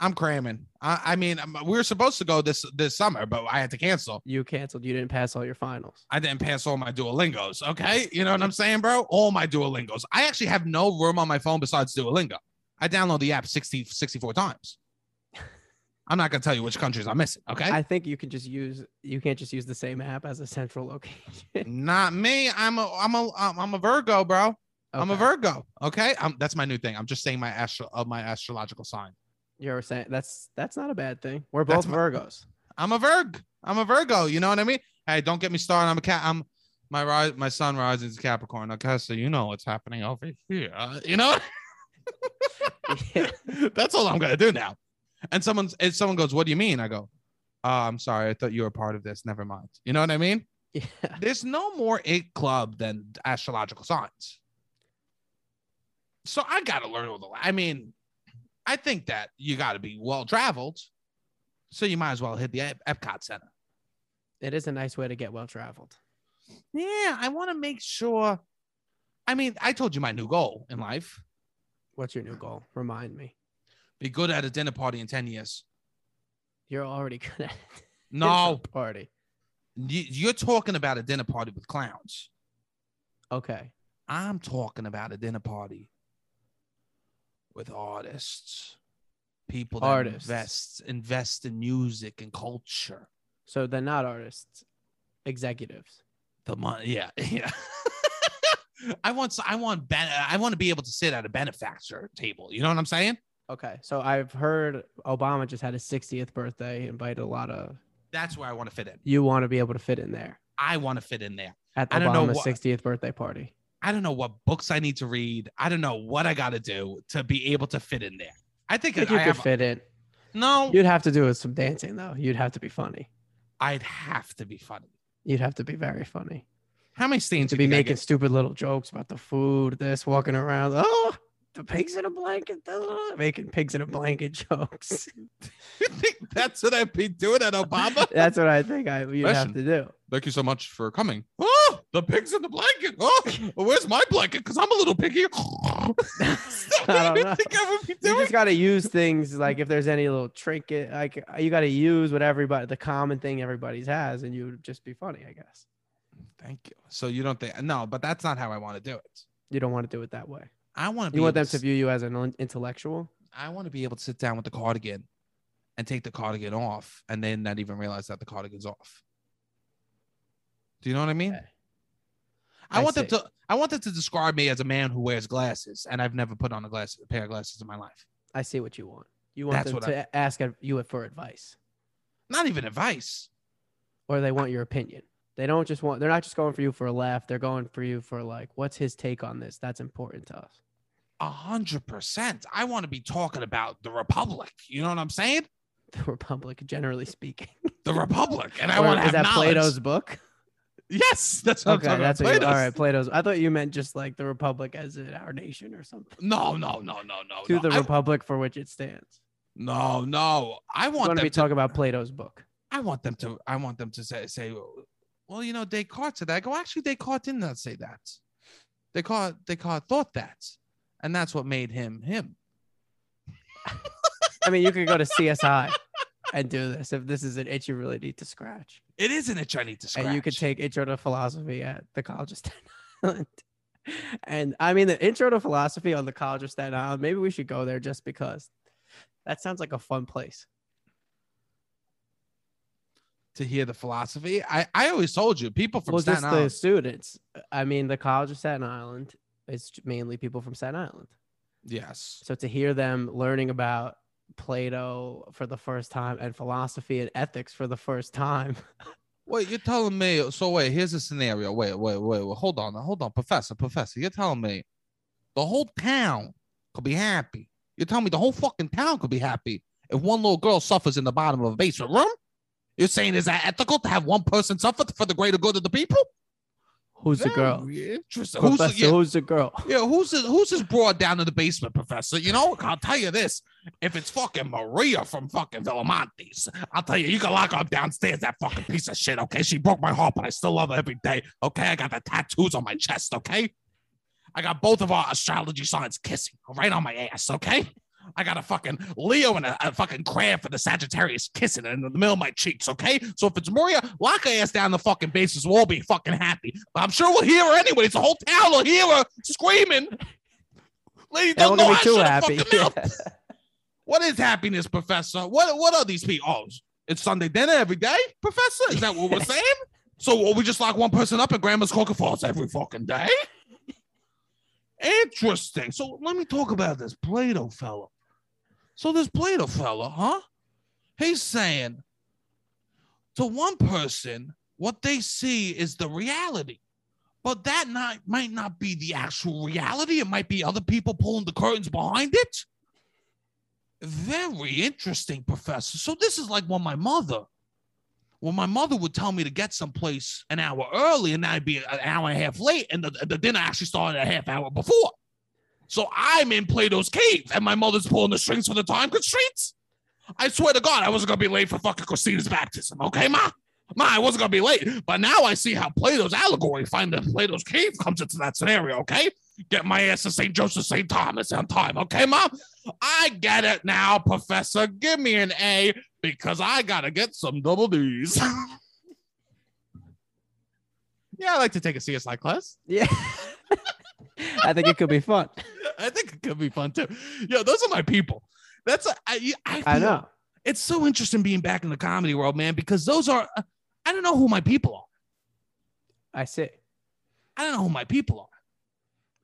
[SPEAKER 1] I'm cramming. I, I mean, I'm- we were supposed to go this this summer, but I had to cancel.
[SPEAKER 2] You canceled. You didn't pass all your finals.
[SPEAKER 1] I didn't pass all my Duolingos. Okay, you know what I'm saying, bro? All my Duolingos. I actually have no room on my phone besides Duolingo. I download the app 60, 64 times. I'm not gonna tell you which countries I'm missing. Okay.
[SPEAKER 2] I think you can just use. You can't just use the same app as a central location.
[SPEAKER 1] not me. I'm a I'm a I'm a Virgo, bro. I'm a
[SPEAKER 2] Okay.
[SPEAKER 1] Virgo. Okay. I'm, that's my new thing. I'm just saying my astro of my astrological sign.
[SPEAKER 2] You're saying that's that's not a bad thing. We're
[SPEAKER 1] That's
[SPEAKER 2] both
[SPEAKER 1] my-
[SPEAKER 2] Virgos.
[SPEAKER 1] I'm a Virg. I'm a Virgo. You know what I mean? Hey, don't get me started. I'm a cat. I'm my rise. My sun rising is Capricorn. Okay, so you know what's happening over here. Uh, you know,
[SPEAKER 2] Yeah.
[SPEAKER 1] that's all I'm gonna do now. And someone's if someone goes, "What do you mean?" I go, "Uh, "I'm sorry. I thought you were part of this. Never mind." You know what I mean?
[SPEAKER 2] yeah.
[SPEAKER 1] There's no more it club than astrological signs. So I gotta learn all the. I mean, I think that you gotta be well traveled, so you might as well hit the Ep- Epcot Center.
[SPEAKER 2] It is a nice way to get well traveled.
[SPEAKER 1] Yeah, I want to make sure. I mean, I told you my new goal in life
[SPEAKER 2] What's your new goal? Remind me.
[SPEAKER 1] be good at a dinner party in 10 years.
[SPEAKER 2] You're already good at it.
[SPEAKER 1] No,
[SPEAKER 2] party.
[SPEAKER 1] y- you're talking about a dinner party with clowns.
[SPEAKER 2] Okay.
[SPEAKER 1] I'm talking about a dinner party with artists, people that
[SPEAKER 2] Artists.
[SPEAKER 1] invest, invest in music and culture.
[SPEAKER 2] So they're not artists, executives.
[SPEAKER 1] The money, yeah, yeah. I want, I want, ben- I want to be able to sit at a benefactor table. You know what I'm saying?
[SPEAKER 2] Okay. So I've heard Obama just had his 60th birthday, invited a lot of
[SPEAKER 1] That's where I want to fit in.
[SPEAKER 2] you want to be able to fit in there
[SPEAKER 1] I want to fit in there.
[SPEAKER 2] at
[SPEAKER 1] I don't know
[SPEAKER 2] Obama's
[SPEAKER 1] what-
[SPEAKER 2] 60th birthday party.
[SPEAKER 1] I don't know what books I need to read. I don't know what I got to do to be able to fit in there. I
[SPEAKER 2] I
[SPEAKER 1] think I,
[SPEAKER 2] think you could
[SPEAKER 1] have,
[SPEAKER 2] fit in.
[SPEAKER 1] No,
[SPEAKER 2] You'd have to do it some dancing though. You'd have to be funny.
[SPEAKER 1] I'd have to be funny.
[SPEAKER 2] You'd have to be very funny.
[SPEAKER 1] How many stains
[SPEAKER 2] To
[SPEAKER 1] you
[SPEAKER 2] be
[SPEAKER 1] think I
[SPEAKER 2] making
[SPEAKER 1] get?
[SPEAKER 2] stupid little jokes about the food, this walking around. Oh, the pigs in a blanket. duh," Making pigs in a blanket jokes.
[SPEAKER 1] You think that's what I'd be doing at Obama?
[SPEAKER 2] That's what I think I you'd have
[SPEAKER 1] Listen.
[SPEAKER 2] to do.
[SPEAKER 1] Thank you so much for coming. Oh, the pig's in the blanket. Oh, where's my blanket? Because I'm a little piggy. I
[SPEAKER 2] I don't
[SPEAKER 1] even
[SPEAKER 2] know.
[SPEAKER 1] think I would be
[SPEAKER 2] You
[SPEAKER 1] doing.
[SPEAKER 2] just gotta use things like if there's any little trinket, like uh, you gotta use what everybody the common thing everybody's has, and you would just be funny, I guess.
[SPEAKER 1] Thank you. So you don't think no, but that's not how I want to do it.
[SPEAKER 2] You don't want to do it that way.
[SPEAKER 1] I want to.
[SPEAKER 2] You want them to view you as an un- intellectual.
[SPEAKER 1] I want to be able to sit down with the cardigan, and take the cardigan off, and then not even realize that the cardigan's off. Do you know what I mean?
[SPEAKER 2] Okay.
[SPEAKER 1] I,
[SPEAKER 2] I
[SPEAKER 1] want them
[SPEAKER 2] see.
[SPEAKER 1] to. I want them to describe me as a man who wears glasses, and I've never put on a glass, a pair of glasses in my life.
[SPEAKER 2] I see what you want. You want
[SPEAKER 1] That's
[SPEAKER 2] them
[SPEAKER 1] what
[SPEAKER 2] to ask ad- you for advice,
[SPEAKER 1] Not even advice.
[SPEAKER 2] or they want your opinion. They don't just want. They're not just going for you for a laugh. They're going for you for like, what's his take on this? That's important to us.
[SPEAKER 1] A hundred percent. I want to be talking about the republic. You know what I'm saying?
[SPEAKER 2] The Republic, generally speaking.
[SPEAKER 1] The republic, and I
[SPEAKER 2] Or
[SPEAKER 1] want to
[SPEAKER 2] is
[SPEAKER 1] have
[SPEAKER 2] that
[SPEAKER 1] knowledge.
[SPEAKER 2] Plato's book?
[SPEAKER 1] Yes, that's what
[SPEAKER 2] Okay,
[SPEAKER 1] I'm talking
[SPEAKER 2] that's what
[SPEAKER 1] about.
[SPEAKER 2] you, all
[SPEAKER 1] Plato's.
[SPEAKER 2] right. Plato's. I thought you meant just like the Republic as in our nation or something.
[SPEAKER 1] No, no, no, no, no.
[SPEAKER 2] to
[SPEAKER 1] Oh, no.
[SPEAKER 2] the
[SPEAKER 1] I-
[SPEAKER 2] republic for which it stands.
[SPEAKER 1] no, no. I
[SPEAKER 2] We're
[SPEAKER 1] want
[SPEAKER 2] going to
[SPEAKER 1] them
[SPEAKER 2] be
[SPEAKER 1] to.
[SPEAKER 2] talking about Plato's book.
[SPEAKER 1] I want them to. I want them to say, say, well, you know, Descartes said that. I go, actually, Descartes did not say that. Descartes, Descartes thought that, and that's what made him him.
[SPEAKER 2] I mean, you could go to CSI and do this if this is an itch you really need to scratch.
[SPEAKER 1] It isn't a Chinese to scratch.
[SPEAKER 2] And you could take Intro to Philosophy at the College of Staten Island. And I mean, the Intro to Philosophy on the College of Staten Island, maybe we should go there just because that sounds like a fun place.
[SPEAKER 1] to hear the philosophy. I, I always told you, people from
[SPEAKER 2] well,
[SPEAKER 1] Staten
[SPEAKER 2] just the
[SPEAKER 1] Island.
[SPEAKER 2] students. I mean, the College of Staten Island is mainly people from Staten Island.
[SPEAKER 1] Yes,
[SPEAKER 2] So to hear them learning about Plato for the first time and philosophy and ethics for the first time,
[SPEAKER 1] Wait, you're telling me? So wait, here's a scenario. Wait, wait, wait, wait. Hold on, hold on, Professor, Professor. You're telling me the whole town could be happy. You're telling me the whole fucking town could be happy if one little girl suffers in the bottom of a basement room. You're saying is that ethical to have one person suffer for the greater good of the people?
[SPEAKER 2] who's the girl?
[SPEAKER 1] Very Interesting. Who's
[SPEAKER 2] Professor,
[SPEAKER 1] the,
[SPEAKER 2] who's,
[SPEAKER 1] yeah,
[SPEAKER 2] the girl?
[SPEAKER 1] yeah, who's this, who's this broad down in the basement, Professor? You know, I'll tell you this: if it's fucking Maria from fucking Villamontes, I'll tell you, you can lock her up downstairs. That fucking piece of shit. Okay, she broke my heart, but I still love her every day. Okay, I got the tattoos on my chest. Okay, I got both of our astrology signs kissing right on my ass. Okay. I got a fucking Leo and a, a fucking crab for the Sagittarius kissing in the middle of my cheeks, okay? So if it's Maria, lock her ass down the fucking bases. We'll all be fucking happy. But I'm sure we'll hear her anyways. The whole town will hear her screaming. Lady,
[SPEAKER 2] And we're
[SPEAKER 1] don't know
[SPEAKER 2] gonna
[SPEAKER 1] I
[SPEAKER 2] be too
[SPEAKER 1] should
[SPEAKER 2] happy.
[SPEAKER 1] fucking milked. What is happiness, Professor? What what are these people? Oh, it's Sunday dinner every day, Professor? Is that what we're saying? So will we just lock one person up at Grandma's Coca Falls every fucking day? Interesting. So let me talk about this Plato fellow. So this Plato fellow, huh? He's saying to one person, what they see is the reality. But that not, might not be the actual reality. It might be other people pulling the curtains behind it. Very interesting, Professor. So this is like when my mother, when my mother would tell me to get someplace an hour early, and I'd be an hour and a half late, and the, the dinner actually started a half hour before. So I'm in Plato's cave, and my mother's pulling the strings for the time constraints. I swear to God, I wasn't gonna be late for fucking Christina's baptism, okay, ma? Ma, I wasn't gonna be late, but now I see how Plato's allegory, finding Plato's cave, comes into that scenario, okay? Get my ass to St. Joseph, St. Thomas on time, okay, mom? I get it now, Professor. Give me an A because I gotta get some double D's. yeah, I like to take a CSI class.
[SPEAKER 2] Yeah. I think it could be fun.
[SPEAKER 1] I think it could be fun too. Yeah, those are my people. That's a, I, I,
[SPEAKER 2] I
[SPEAKER 1] feel-
[SPEAKER 2] know.
[SPEAKER 1] It's so interesting being back in the comedy world, man, because those are uh, I don't know who my people are.
[SPEAKER 2] I see.
[SPEAKER 1] I don't know who my people are.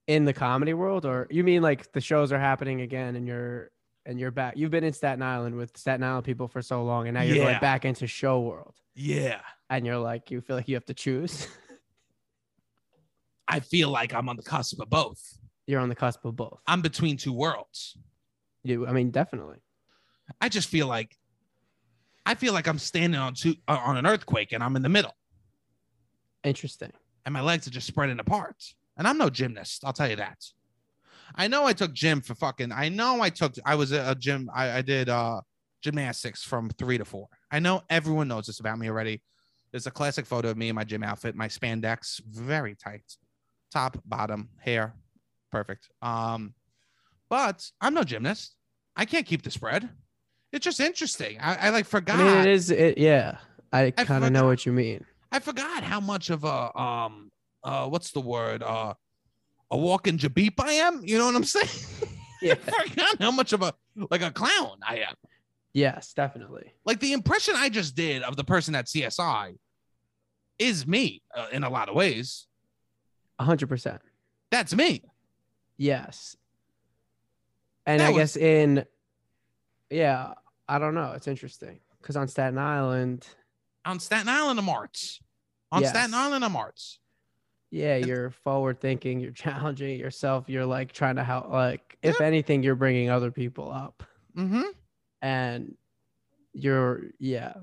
[SPEAKER 2] In the comedy world, or you mean like the shows are happening again and you're and you're back. You've been in Staten Island with Staten Island people for so long, and now you're
[SPEAKER 1] Yeah.
[SPEAKER 2] going back into show world,
[SPEAKER 1] Yeah.
[SPEAKER 2] and you're like you feel like you have to choose.
[SPEAKER 1] I feel like I'm on the cusp of both.
[SPEAKER 2] you're on the cusp of both.
[SPEAKER 1] I'm between two worlds.
[SPEAKER 2] You, I mean, definitely.
[SPEAKER 1] I just feel like I feel like I'm standing on two uh, on an earthquake and I'm in the middle
[SPEAKER 2] Interesting.
[SPEAKER 1] and my legs are just spreading apart. And I'm no gymnast, I'll tell you that. I know I took gym for fucking. I know I took. I was a, a gym. I, I did uh gymnastics from three to four. I know everyone knows this about me already. There's a classic photo of me in my gym outfit, my spandex, very tight, top, bottom, hair, perfect. Um, but I'm no gymnast. I can't keep the spread. It's just interesting. I, I like forgot.
[SPEAKER 2] I mean, it is. It, yeah, I kind of know
[SPEAKER 1] forgot.
[SPEAKER 2] what you mean.
[SPEAKER 1] I forgot how much of a um uh what's the word uh a walking jabeep I am. You know what I'm saying?
[SPEAKER 2] Yeah.
[SPEAKER 1] I forgot how much of a like a clown I am.
[SPEAKER 2] Yes, definitely.
[SPEAKER 1] Like the impression I just did of the person at CSI is me uh, in a lot of ways.
[SPEAKER 2] A hundred percent.
[SPEAKER 1] That's me.
[SPEAKER 2] Yes. And
[SPEAKER 1] That
[SPEAKER 2] I
[SPEAKER 1] was-
[SPEAKER 2] guess in, yeah, I don't know. It's interesting because on Staten Island,
[SPEAKER 1] On Staten Island, I'm arts. On
[SPEAKER 2] Yes.
[SPEAKER 1] Staten Island, I'm arts.
[SPEAKER 2] yeah,
[SPEAKER 1] And-
[SPEAKER 2] you're forward thinking, you're challenging yourself, you're like trying to help. Like, if anything, you're bringing other people up,
[SPEAKER 1] Mm-hmm.
[SPEAKER 2] and you're yeah.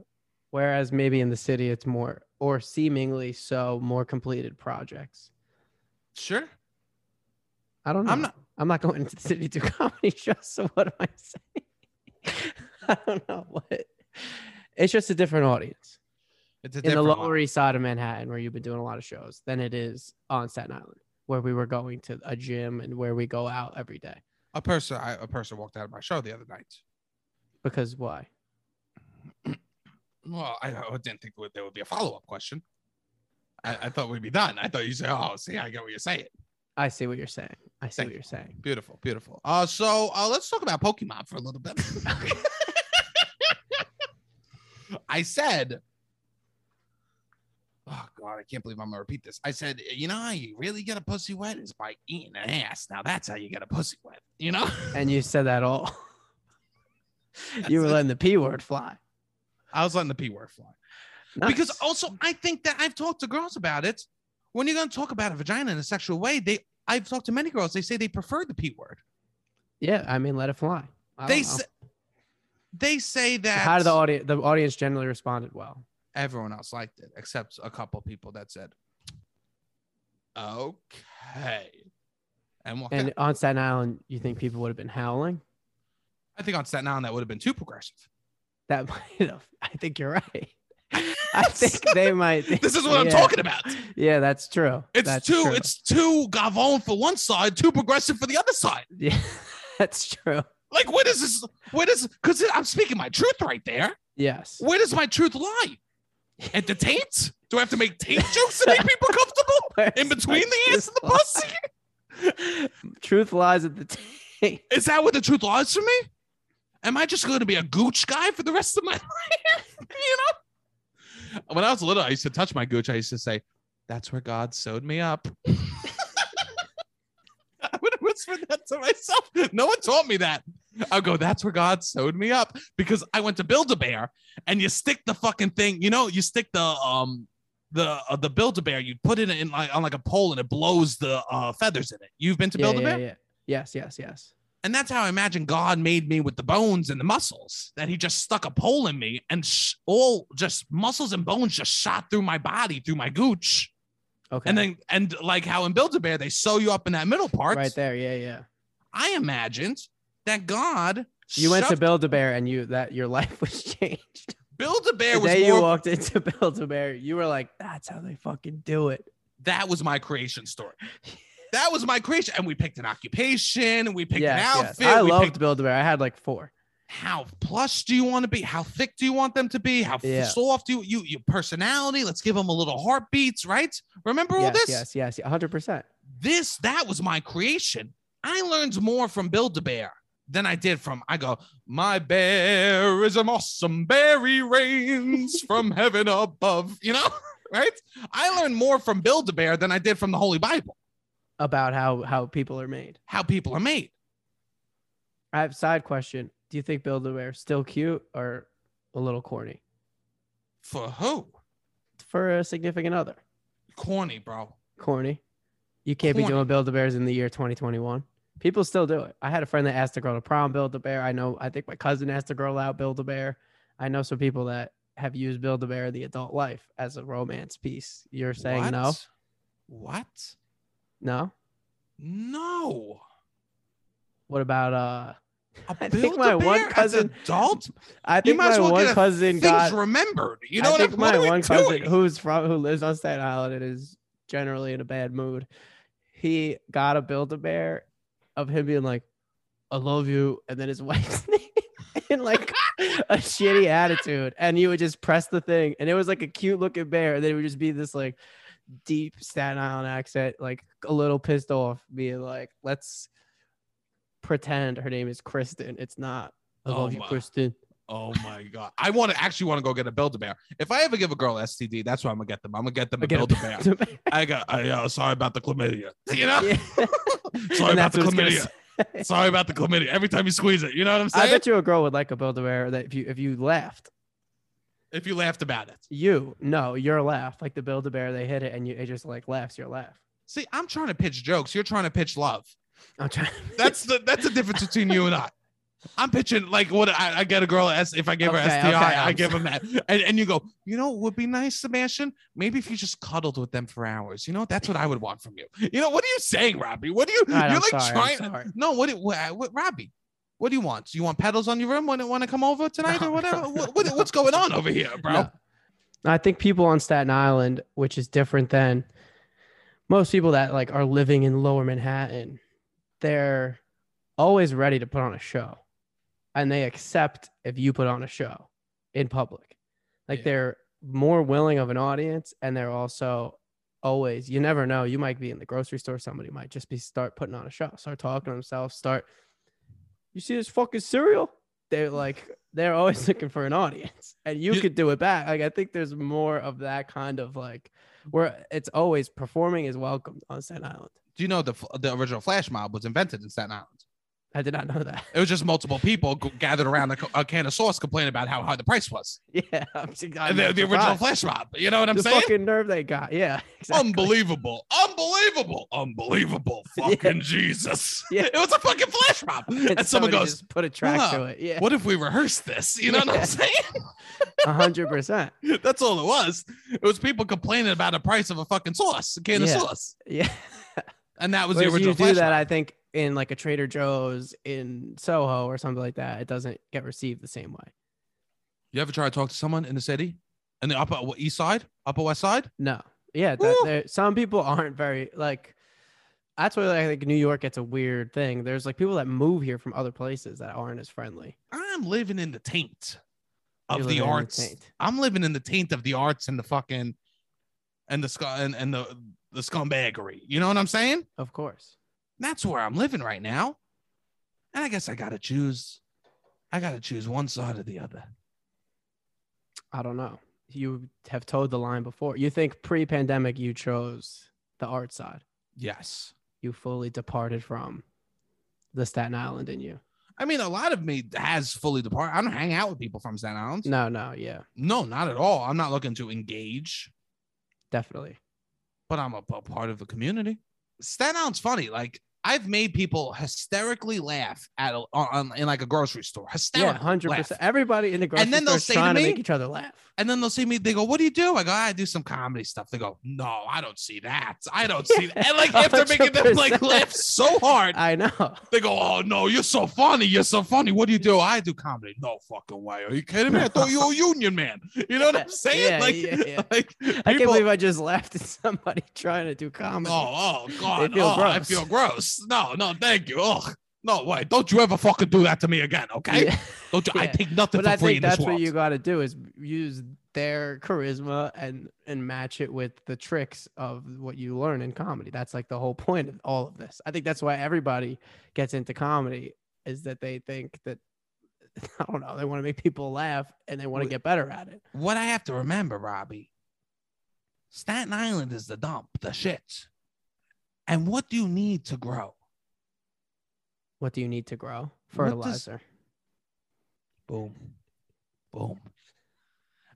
[SPEAKER 2] Whereas maybe in the city, it's more or seemingly so more completed projects.
[SPEAKER 1] Sure.
[SPEAKER 2] I don't know.
[SPEAKER 1] I'm
[SPEAKER 2] I'm not. I'm not going into the city to do comedy shows. So what am I saying? I don't know what. It's just a different audience
[SPEAKER 1] It's a
[SPEAKER 2] in the
[SPEAKER 1] different
[SPEAKER 2] Lower East Side of Manhattan, where you've been doing a lot of shows, than it is on Staten Island, where we were going to a gym and where we go out every day.
[SPEAKER 1] A person, I, a person walked out of my show the other night.
[SPEAKER 2] Because why?
[SPEAKER 1] Well, I, I didn't think there would be a follow up question. I, I thought we'd be done. I thought you said, "Oh, see, I get what you're saying."
[SPEAKER 2] I see what you're saying. I see
[SPEAKER 1] Thank
[SPEAKER 2] what you're saying.
[SPEAKER 1] Beautiful, beautiful. Uh, so uh, let's talk about Pokemon for a little bit. I said, "Oh God, I can't believe I'm gonna repeat this." I said, "You know, how you really get a pussy wet is by eating an ass. Now that's how you get a pussy wet. You know."
[SPEAKER 2] And you said that all. you were
[SPEAKER 1] That's it.
[SPEAKER 2] letting the p word fly.
[SPEAKER 1] I was letting the p word fly. Because
[SPEAKER 2] Nice.
[SPEAKER 1] also, I think that I've talked to girls about it. When you're going to talk about a vagina in a sexual way, they I've talked to many girls. They say they prefer the p word.
[SPEAKER 2] yeah, I mean, let it fly. I
[SPEAKER 1] They
[SPEAKER 2] don't know.
[SPEAKER 1] say, they say that
[SPEAKER 2] how did the audience? The audience generally responded well.
[SPEAKER 1] everyone else liked it except a couple people that said, "Okay," and walked
[SPEAKER 2] And
[SPEAKER 1] out.
[SPEAKER 2] on Staten Island, you think people would have been howling?
[SPEAKER 1] I think on Staten Island that would have been too progressive.
[SPEAKER 2] That might have. I think you're right. I think they might. think-
[SPEAKER 1] This is what I'm
[SPEAKER 2] yeah.
[SPEAKER 1] talking about.
[SPEAKER 2] Yeah, that's true.
[SPEAKER 1] It's
[SPEAKER 2] that's
[SPEAKER 1] too
[SPEAKER 2] True.
[SPEAKER 1] it's too gavon for one side, too progressive for the other side.
[SPEAKER 2] yeah, that's true.
[SPEAKER 1] Like, where does this? Where does? Because I'm speaking my truth right there.
[SPEAKER 2] Yes.
[SPEAKER 1] Where does my truth lie? At the taint? Do I have to make taint jokes to make people comfortable? In between the ass and the pussy?
[SPEAKER 2] pussy. Truth lies at the tape.
[SPEAKER 1] Is that what the truth lies for me? Am I just going to be a gooch guy for the rest of my life? you know? When I was little, I used to touch my gooch. I used to say, That's where God sewed me up. I would whisper that to myself. No one taught me that. I'll go, That's where God sewed me up because I went to Build a Bear and you stick the fucking thing, you know, you stick the, um, the uh, the Build a Bear, you put it in like on like a pole and it blows the uh, feathers in it. You've been to
[SPEAKER 2] Yeah,
[SPEAKER 1] Build a Bear?
[SPEAKER 2] yeah, yeah. Yes, yes, yes.
[SPEAKER 1] And that's how I imagine God made me with the bones and the muscles. That He just stuck a pole in me, and sh- all just muscles and bones just shot through my body, through my gooch.
[SPEAKER 2] Okay.
[SPEAKER 1] And then, and like how in Build a Bear, they sew you up in that middle part.
[SPEAKER 2] right there, yeah, yeah.
[SPEAKER 1] I imagined that God.
[SPEAKER 2] You went to Build a Bear, and you that your life was changed.
[SPEAKER 1] Build a Bear
[SPEAKER 2] The
[SPEAKER 1] was
[SPEAKER 2] day you
[SPEAKER 1] more.
[SPEAKER 2] walked into Build a Bear, you were like, "That's how they fucking do it."
[SPEAKER 1] that was my creation story. That was my creation, and we picked an occupation, and we picked
[SPEAKER 2] Yes,
[SPEAKER 1] an
[SPEAKER 2] yes.
[SPEAKER 1] outfit.
[SPEAKER 2] I
[SPEAKER 1] we
[SPEAKER 2] loved
[SPEAKER 1] picked
[SPEAKER 2] Build a Bear. I had like four.
[SPEAKER 1] how plush do you want to be? How thick do you want them to be? How f-
[SPEAKER 2] Yeah.
[SPEAKER 1] soft do you, you your personality? Let's give them a little heartbeats, right? Remember all
[SPEAKER 2] yes,
[SPEAKER 1] this?
[SPEAKER 2] yes, yes, yes, hundred percent.
[SPEAKER 1] This that was my creation. I learned more from Build a Bear than I did from. I go, my bear is an awesome bear. He rains from heaven above. You know, right? I learned more from Build a Bear than I did from the Holy Bible.
[SPEAKER 2] About how how people are made.
[SPEAKER 1] How people are made.
[SPEAKER 2] I have side question. Do you think Build a Bear still cute or a little corny
[SPEAKER 1] For who?
[SPEAKER 2] for a significant other?
[SPEAKER 1] Corny, bro.
[SPEAKER 2] Corny. You can't be
[SPEAKER 1] Corny.
[SPEAKER 2] doing Build a Bears in the year 2021. People still do it. I had a friend that asked a girl to prom build a bear. I know. I think my cousin asked a girl out build a bear. I know some people that have used build a bear the adult life as a romance piece. You're saying no,
[SPEAKER 1] What? What?
[SPEAKER 2] no.
[SPEAKER 1] No.
[SPEAKER 2] What about uh?
[SPEAKER 1] A
[SPEAKER 2] I think my one
[SPEAKER 1] Build-A-Bear as
[SPEAKER 2] cousin-
[SPEAKER 1] adult
[SPEAKER 2] I
[SPEAKER 1] You
[SPEAKER 2] think
[SPEAKER 1] might as
[SPEAKER 2] my
[SPEAKER 1] well
[SPEAKER 2] one
[SPEAKER 1] get a
[SPEAKER 2] cousin
[SPEAKER 1] things
[SPEAKER 2] got.
[SPEAKER 1] remembered. You
[SPEAKER 2] I
[SPEAKER 1] know what
[SPEAKER 2] think
[SPEAKER 1] I'm
[SPEAKER 2] my
[SPEAKER 1] what are we
[SPEAKER 2] one cousin
[SPEAKER 1] doing?
[SPEAKER 2] who's from who lives on Staten Island and is generally in a bad mood. He got a build a bear of him being like, "I love you," and then his wife's name in like a shitty attitude, and you would just press the thing, and it was like a cute looking bear, and then it would just be this like deep Staten Island accent, like a little pissed off, being like, "Let's pretend her name is Kristen. It's not. I
[SPEAKER 1] Oh
[SPEAKER 2] love you,
[SPEAKER 1] my.
[SPEAKER 2] Kristen."
[SPEAKER 1] Oh my god! I want to actually want to go get a Build a Bear. If I ever give a girl STD, that's what I'm gonna get them. I'm gonna get them a
[SPEAKER 2] Again,
[SPEAKER 1] Build a Bear. I got. I, uh, sorry about the chlamydia. You know.
[SPEAKER 2] Yeah.
[SPEAKER 1] Sorry
[SPEAKER 2] And
[SPEAKER 1] about
[SPEAKER 2] that's
[SPEAKER 1] the
[SPEAKER 2] what it's gonna
[SPEAKER 1] chlamydia.
[SPEAKER 2] say.
[SPEAKER 1] Sorry about the chlamydia. Every time you squeeze it, you know what I'm
[SPEAKER 2] I
[SPEAKER 1] saying.
[SPEAKER 2] bet you a girl would like a Build a Bear that if you if you laughed,
[SPEAKER 1] if you laughed about it.
[SPEAKER 2] you no, your laugh like the Build a Bear they hit it and you it just like laughs your laugh.
[SPEAKER 1] See, I'm trying to pitch jokes. You're trying to pitch love.
[SPEAKER 2] I'm trying.
[SPEAKER 1] That's the that's the difference between you and I. I'm pitching like what I, I get a girl S if I give her
[SPEAKER 2] Okay,
[SPEAKER 1] STI,
[SPEAKER 2] okay,
[SPEAKER 1] I
[SPEAKER 2] I'm
[SPEAKER 1] give them that, and, and you go, you know, what would be nice, Sebastian. Maybe if you just cuddled with them for hours, you know, that's what I would want from you. You know, what are you saying, Robbie? What are you?
[SPEAKER 2] All right,
[SPEAKER 1] you're
[SPEAKER 2] I'm
[SPEAKER 1] like
[SPEAKER 2] sorry, I'm
[SPEAKER 1] trying.
[SPEAKER 2] sorry.
[SPEAKER 1] No, what, do- what, what, Robbie? What do you want? Do you want pedals on your room when it want to come over tonight
[SPEAKER 2] No,
[SPEAKER 1] or whatever?
[SPEAKER 2] no,
[SPEAKER 1] what, what, what's going on over here, bro?
[SPEAKER 2] No. I think people on Staten Island, which is different than most people that like are living in lower Manhattan, they're always ready to put on a show. And they accept if you put on a show in public. Like
[SPEAKER 1] Yeah.
[SPEAKER 2] they're more willing of an audience and they're also always you never know. You might be in the grocery store, somebody might just be start putting on a show, start talking to themselves, start you see this fucking cereal? They're like they're always looking for an audience. And you
[SPEAKER 1] You-
[SPEAKER 2] could do it back. Like I think there's more of that kind of like where it's always performing is welcomed on Staten Island.
[SPEAKER 1] Do you know the f- the original flash mob was invented in Staten Island?
[SPEAKER 2] I did not know that.
[SPEAKER 1] It was just multiple people g- gathered around a, co- a can of sauce complaining about how high the price was.
[SPEAKER 2] Yeah, I'm, s- I'm
[SPEAKER 1] the, the original
[SPEAKER 2] surprised.
[SPEAKER 1] flash mob. You know what I'm
[SPEAKER 2] the
[SPEAKER 1] saying? Oh,
[SPEAKER 2] fucking nerve they got. Yeah, exactly.
[SPEAKER 1] Unbelievable. Unbelievable. Unbelievable.
[SPEAKER 2] Yeah.
[SPEAKER 1] Fucking Jesus.
[SPEAKER 2] Yeah.
[SPEAKER 1] It was a fucking flash mob.
[SPEAKER 2] And
[SPEAKER 1] And, someone
[SPEAKER 2] somebody
[SPEAKER 1] goes,
[SPEAKER 2] just put a track
[SPEAKER 1] "Wow,
[SPEAKER 2] to it. Yeah,
[SPEAKER 1] What if we rehearse this? You know what
[SPEAKER 2] Yeah.
[SPEAKER 1] I'm saying?
[SPEAKER 2] a hundred percent.
[SPEAKER 1] That's all it was. It was people complaining about the price of a fucking sauce, a can of
[SPEAKER 2] Yeah.
[SPEAKER 1] sauce.
[SPEAKER 2] Yeah,
[SPEAKER 1] And that was
[SPEAKER 2] Whereas
[SPEAKER 1] the original
[SPEAKER 2] you do
[SPEAKER 1] flash
[SPEAKER 2] that,
[SPEAKER 1] mob.
[SPEAKER 2] I think in like a Trader Joe's in Soho or something like that, it doesn't get received the same way.
[SPEAKER 1] You ever try to talk to someone in the city? In the upper east side, upper west side?
[SPEAKER 2] No, yeah, that,
[SPEAKER 1] Woo.
[SPEAKER 2] there- some people aren't very like. That's why I think New York gets a weird thing. There's like people that move here from other places that aren't as friendly.
[SPEAKER 1] I'm living in the taint of
[SPEAKER 2] You're
[SPEAKER 1] the
[SPEAKER 2] living in
[SPEAKER 1] arts.
[SPEAKER 2] taint.
[SPEAKER 1] I'm living in the taint of the arts and the fucking and the sc- and, and the the scumbaggery. You know what I'm saying?
[SPEAKER 2] Of course.
[SPEAKER 1] That's where I'm living right now. And I guess I gotta choose. I gotta choose one side or the other.
[SPEAKER 2] I don't know. You have towed the line before. You think pre-pandemic you chose the art side.
[SPEAKER 1] Yes.
[SPEAKER 2] You fully departed from the Staten Island in you.
[SPEAKER 1] I mean, a lot of me has fully departed. I don't hang out with people from Staten Island.
[SPEAKER 2] No, no, yeah,
[SPEAKER 1] No, not at all. I'm not looking to engage,
[SPEAKER 2] definitely.
[SPEAKER 1] but I'm a, a part of the community. Staten Island's funny. Like I've made people hysterically laugh at a, on, on- in like a grocery store.
[SPEAKER 2] Yeah,
[SPEAKER 1] Hysterically,
[SPEAKER 2] hundred percent.
[SPEAKER 1] laugh.
[SPEAKER 2] Everybody in the grocery
[SPEAKER 1] And then
[SPEAKER 2] store
[SPEAKER 1] they'll
[SPEAKER 2] is
[SPEAKER 1] say to
[SPEAKER 2] trying to,
[SPEAKER 1] me-
[SPEAKER 2] make each other laugh.
[SPEAKER 1] And then they'll see me. They go, "What do you do?" I go, "I do some comedy stuff." They go, "No, I don't see that. I don't see that." And like after making them like
[SPEAKER 2] 100%.
[SPEAKER 1] laugh so hard,
[SPEAKER 2] I know.
[SPEAKER 1] they go, "Oh no, you're so funny. You're so funny. What do you do?" I do comedy. No fucking way. Are you kidding me? I thought you were a union man. You know what I'm saying?
[SPEAKER 2] Yeah,
[SPEAKER 1] like,
[SPEAKER 2] yeah, yeah.
[SPEAKER 1] like
[SPEAKER 2] I can't
[SPEAKER 1] people-
[SPEAKER 2] believe I just laughed at somebody trying to do comedy.
[SPEAKER 1] Oh, oh God.
[SPEAKER 2] feel
[SPEAKER 1] oh, I
[SPEAKER 2] gross.
[SPEAKER 1] feel gross. No, no, thank you. Oh, no, wait. Don't you ever fucking do that to me again, okay?
[SPEAKER 2] Yeah.
[SPEAKER 1] Don't you, I
[SPEAKER 2] Yeah.
[SPEAKER 1] take nothing
[SPEAKER 2] But
[SPEAKER 1] for
[SPEAKER 2] I
[SPEAKER 1] free
[SPEAKER 2] think
[SPEAKER 1] in this
[SPEAKER 2] that's
[SPEAKER 1] world.
[SPEAKER 2] what you got to do is use their charisma and and match it with the tricks of what you learn in comedy. That's like the whole point of all of this. I think that's why everybody gets into comedy is that they think that I don't know, they want to make people laugh and they want to
[SPEAKER 1] Wait.
[SPEAKER 2] get better at it.
[SPEAKER 1] what I have to remember, Robbie, Staten Island is the dump, the shit. And what do you need to grow?
[SPEAKER 2] What do you need to grow?
[SPEAKER 1] What does-
[SPEAKER 2] Fertilizer.
[SPEAKER 1] Boom. Boom.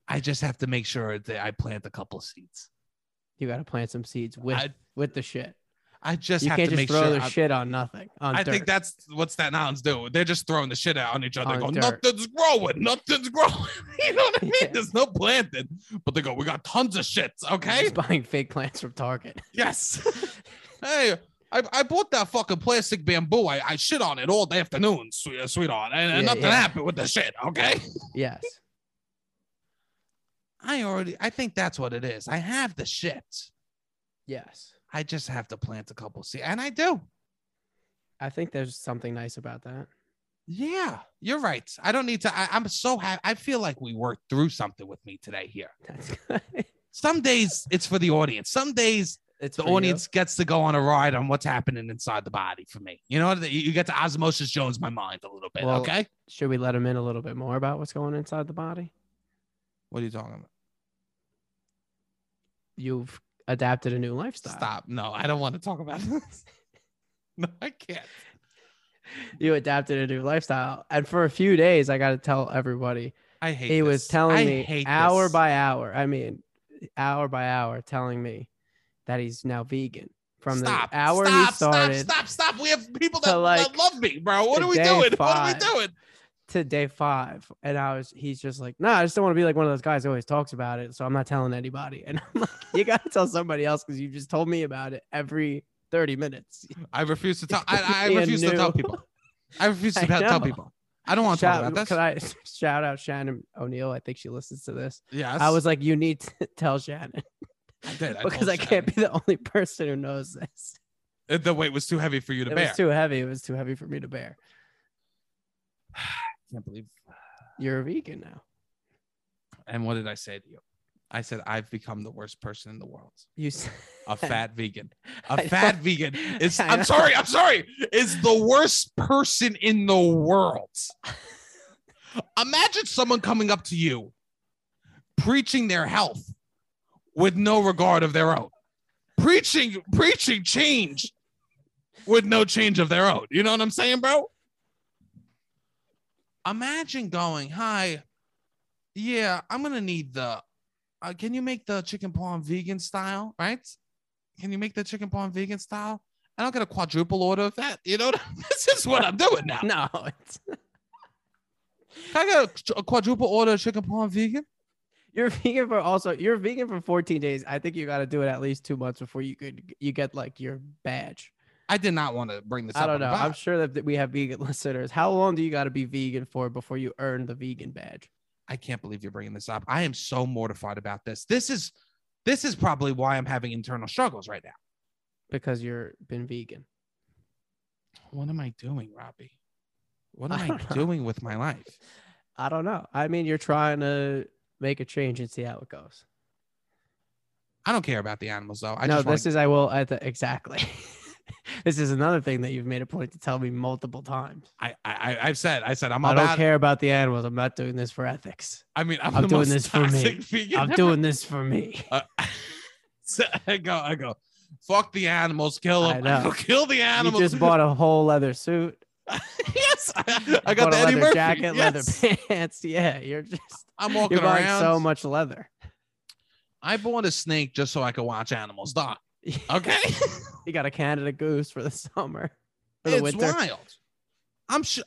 [SPEAKER 1] I just have to make sure that I plant a couple of seeds.
[SPEAKER 2] You got to plant some seeds with
[SPEAKER 1] I-
[SPEAKER 2] with the shit.
[SPEAKER 1] I just
[SPEAKER 2] you
[SPEAKER 1] have
[SPEAKER 2] can't
[SPEAKER 1] to
[SPEAKER 2] just
[SPEAKER 1] make
[SPEAKER 2] throw
[SPEAKER 1] sure.
[SPEAKER 2] their
[SPEAKER 1] I-
[SPEAKER 2] shit on nothing. On
[SPEAKER 1] I
[SPEAKER 2] dirt.
[SPEAKER 1] think that's what Staten Islands do. They're just throwing the shit out on each other. They go,
[SPEAKER 2] On dirt.
[SPEAKER 1] nothing's growing, nothing's growing. you know what I mean?
[SPEAKER 2] Yeah.
[SPEAKER 1] There's no planting, but they go, we got tons of shits.
[SPEAKER 2] You're
[SPEAKER 1] Okay,
[SPEAKER 2] just buying fake plants from Target.
[SPEAKER 1] yes. hey, I, I bought that fucking plastic bamboo. I, I shit on it all the afternoon, sweet, sweetheart, and, and
[SPEAKER 2] Yeah,
[SPEAKER 1] nothing
[SPEAKER 2] yeah.
[SPEAKER 1] happened with the shit. Okay,
[SPEAKER 2] Yes.
[SPEAKER 1] I already, I think that's what it is. I have the shits.
[SPEAKER 2] Yes.
[SPEAKER 1] I just have to plant a couple seeds, and I do.
[SPEAKER 2] I think there's something nice about that.
[SPEAKER 1] Yeah, you're right. I don't need to. I, I'm so happy. I feel like we worked through something with me today here.
[SPEAKER 2] That's good.
[SPEAKER 1] Some days it's for the audience. Some days
[SPEAKER 2] It's
[SPEAKER 1] the
[SPEAKER 2] for you.
[SPEAKER 1] audience gets to go on a ride on what's happening inside the body for me. You know, you you get to osmosis Jones my mind a little bit.
[SPEAKER 2] Well-
[SPEAKER 1] okay.
[SPEAKER 2] Should we let them in a little bit more about what's going inside the body?
[SPEAKER 1] What are you talking about?
[SPEAKER 2] You've adapted a new lifestyle.
[SPEAKER 1] Stop. No, I don't want to talk about this. no, I can't.
[SPEAKER 2] You adapted a new lifestyle, and for a few days, I got to tell everybody
[SPEAKER 1] I hate.
[SPEAKER 2] he was
[SPEAKER 1] this.
[SPEAKER 2] telling
[SPEAKER 1] I
[SPEAKER 2] me
[SPEAKER 1] hate
[SPEAKER 2] hour
[SPEAKER 1] this.
[SPEAKER 2] by hour. I mean, hour by hour, telling me that he's now vegan from
[SPEAKER 1] stop,
[SPEAKER 2] the hour
[SPEAKER 1] stop,
[SPEAKER 2] he started
[SPEAKER 1] Stop! Stop! Stop! We have people
[SPEAKER 2] to,
[SPEAKER 1] that,
[SPEAKER 2] like,
[SPEAKER 1] that love me, bro. What
[SPEAKER 2] to
[SPEAKER 1] are we
[SPEAKER 2] day
[SPEAKER 1] doing?
[SPEAKER 2] five.
[SPEAKER 1] What are we doing?
[SPEAKER 2] to day five, and I was he's just like, no, I just don't want to be like one of those guys who always talks about it, so I'm not telling anybody. And I'm like, you got to tell somebody else because you just told me about it every thirty minutes.
[SPEAKER 1] I refuse to tell.
[SPEAKER 2] gonna
[SPEAKER 1] I, I
[SPEAKER 2] be a
[SPEAKER 1] refuse to tell
[SPEAKER 2] new-
[SPEAKER 1] people. I refuse to
[SPEAKER 2] I
[SPEAKER 1] tell tell
[SPEAKER 2] know.
[SPEAKER 1] people. I don't want to talk
[SPEAKER 2] shout,
[SPEAKER 1] about this.
[SPEAKER 2] Can I shout out Shannon O'Neill? I think she listens to this.
[SPEAKER 1] yes,
[SPEAKER 2] I was like, you need to tell Shannon
[SPEAKER 1] I did, I
[SPEAKER 2] because
[SPEAKER 1] told
[SPEAKER 2] I can't be the only person who knows this.
[SPEAKER 1] Shannon. The weight was too heavy for you to
[SPEAKER 2] it
[SPEAKER 1] bear.
[SPEAKER 2] was too heavy. It was too heavy for me to bear.
[SPEAKER 1] I can't believe.
[SPEAKER 2] You're a vegan now.
[SPEAKER 1] And what did I say to you? I said I've become the worst person in the world.
[SPEAKER 2] You s-
[SPEAKER 1] A fat vegan.
[SPEAKER 2] I
[SPEAKER 1] A
[SPEAKER 2] know.
[SPEAKER 1] fat vegan. It's.
[SPEAKER 2] I know.
[SPEAKER 1] I'm sorry. I'm sorry. Is the worst person in the world. Imagine someone coming up to you, preaching their health with no regard of their own, preaching preaching change with no change of their own. You know what I'm saying, bro? Imagine going, hi, yeah, I'm gonna need the. Uh, can you make the chicken parm vegan style, right? Can you make the chicken parm vegan style? I don't get a quadruple order of that. You know, what I- this is what I'm doing now.
[SPEAKER 2] no, it's,
[SPEAKER 1] Can I get a, a quadruple order of chicken parm vegan?
[SPEAKER 2] you're vegan for also you're vegan for 14 days. I think you got to do it at least two months before you could you get like your badge.
[SPEAKER 1] I did not want to bring this
[SPEAKER 2] I
[SPEAKER 1] up.
[SPEAKER 2] don't know.
[SPEAKER 1] on the
[SPEAKER 2] I'm
[SPEAKER 1] pod.
[SPEAKER 2] sure that, that we have vegan listeners. How long do you got to be vegan for before you earn the vegan badge?
[SPEAKER 1] I can't believe you're bringing this up. I am so mortified about this. This is this is probably why I'm having internal struggles right now.
[SPEAKER 2] Because you're been vegan.
[SPEAKER 1] What am I doing, Robbie? What
[SPEAKER 2] I
[SPEAKER 1] am I,
[SPEAKER 2] don't know.
[SPEAKER 1] doing with my life?
[SPEAKER 2] I don't know. I mean, you're trying to make a change and see how it goes.
[SPEAKER 1] I don't care about the animals though. I
[SPEAKER 2] no,
[SPEAKER 1] just
[SPEAKER 2] this
[SPEAKER 1] want
[SPEAKER 2] is I will I th- exactly. this is another thing that you've made a point to tell me multiple times.
[SPEAKER 1] I, I I- I've said I said I'm
[SPEAKER 2] I don't
[SPEAKER 1] about.
[SPEAKER 2] care about the animals. I'm not doing this for ethics.
[SPEAKER 1] I mean I'm,
[SPEAKER 2] I'm
[SPEAKER 1] the
[SPEAKER 2] doing
[SPEAKER 1] most
[SPEAKER 2] this for me.
[SPEAKER 1] toxic vegan
[SPEAKER 2] I'm
[SPEAKER 1] ever.
[SPEAKER 2] doing this for me.
[SPEAKER 1] Uh, so I go I go. Fuck the animals, kill
[SPEAKER 2] I
[SPEAKER 1] them.
[SPEAKER 2] know.
[SPEAKER 1] go, kill the animals.
[SPEAKER 2] You just bought a whole leather suit.
[SPEAKER 1] yes, I, I got
[SPEAKER 2] bought
[SPEAKER 1] the
[SPEAKER 2] a
[SPEAKER 1] Eddie
[SPEAKER 2] leather
[SPEAKER 1] Murphy.
[SPEAKER 2] jacket,
[SPEAKER 1] Yes.
[SPEAKER 2] leather pants. Yeah, you're just
[SPEAKER 1] I'm walking
[SPEAKER 2] you're buying
[SPEAKER 1] around.
[SPEAKER 2] so much leather.
[SPEAKER 1] I bought a snake just so I could watch animals die. Okay.
[SPEAKER 2] you got a Canada goose for the summer, for the
[SPEAKER 1] it's
[SPEAKER 2] winter.
[SPEAKER 1] wild. I'm sh-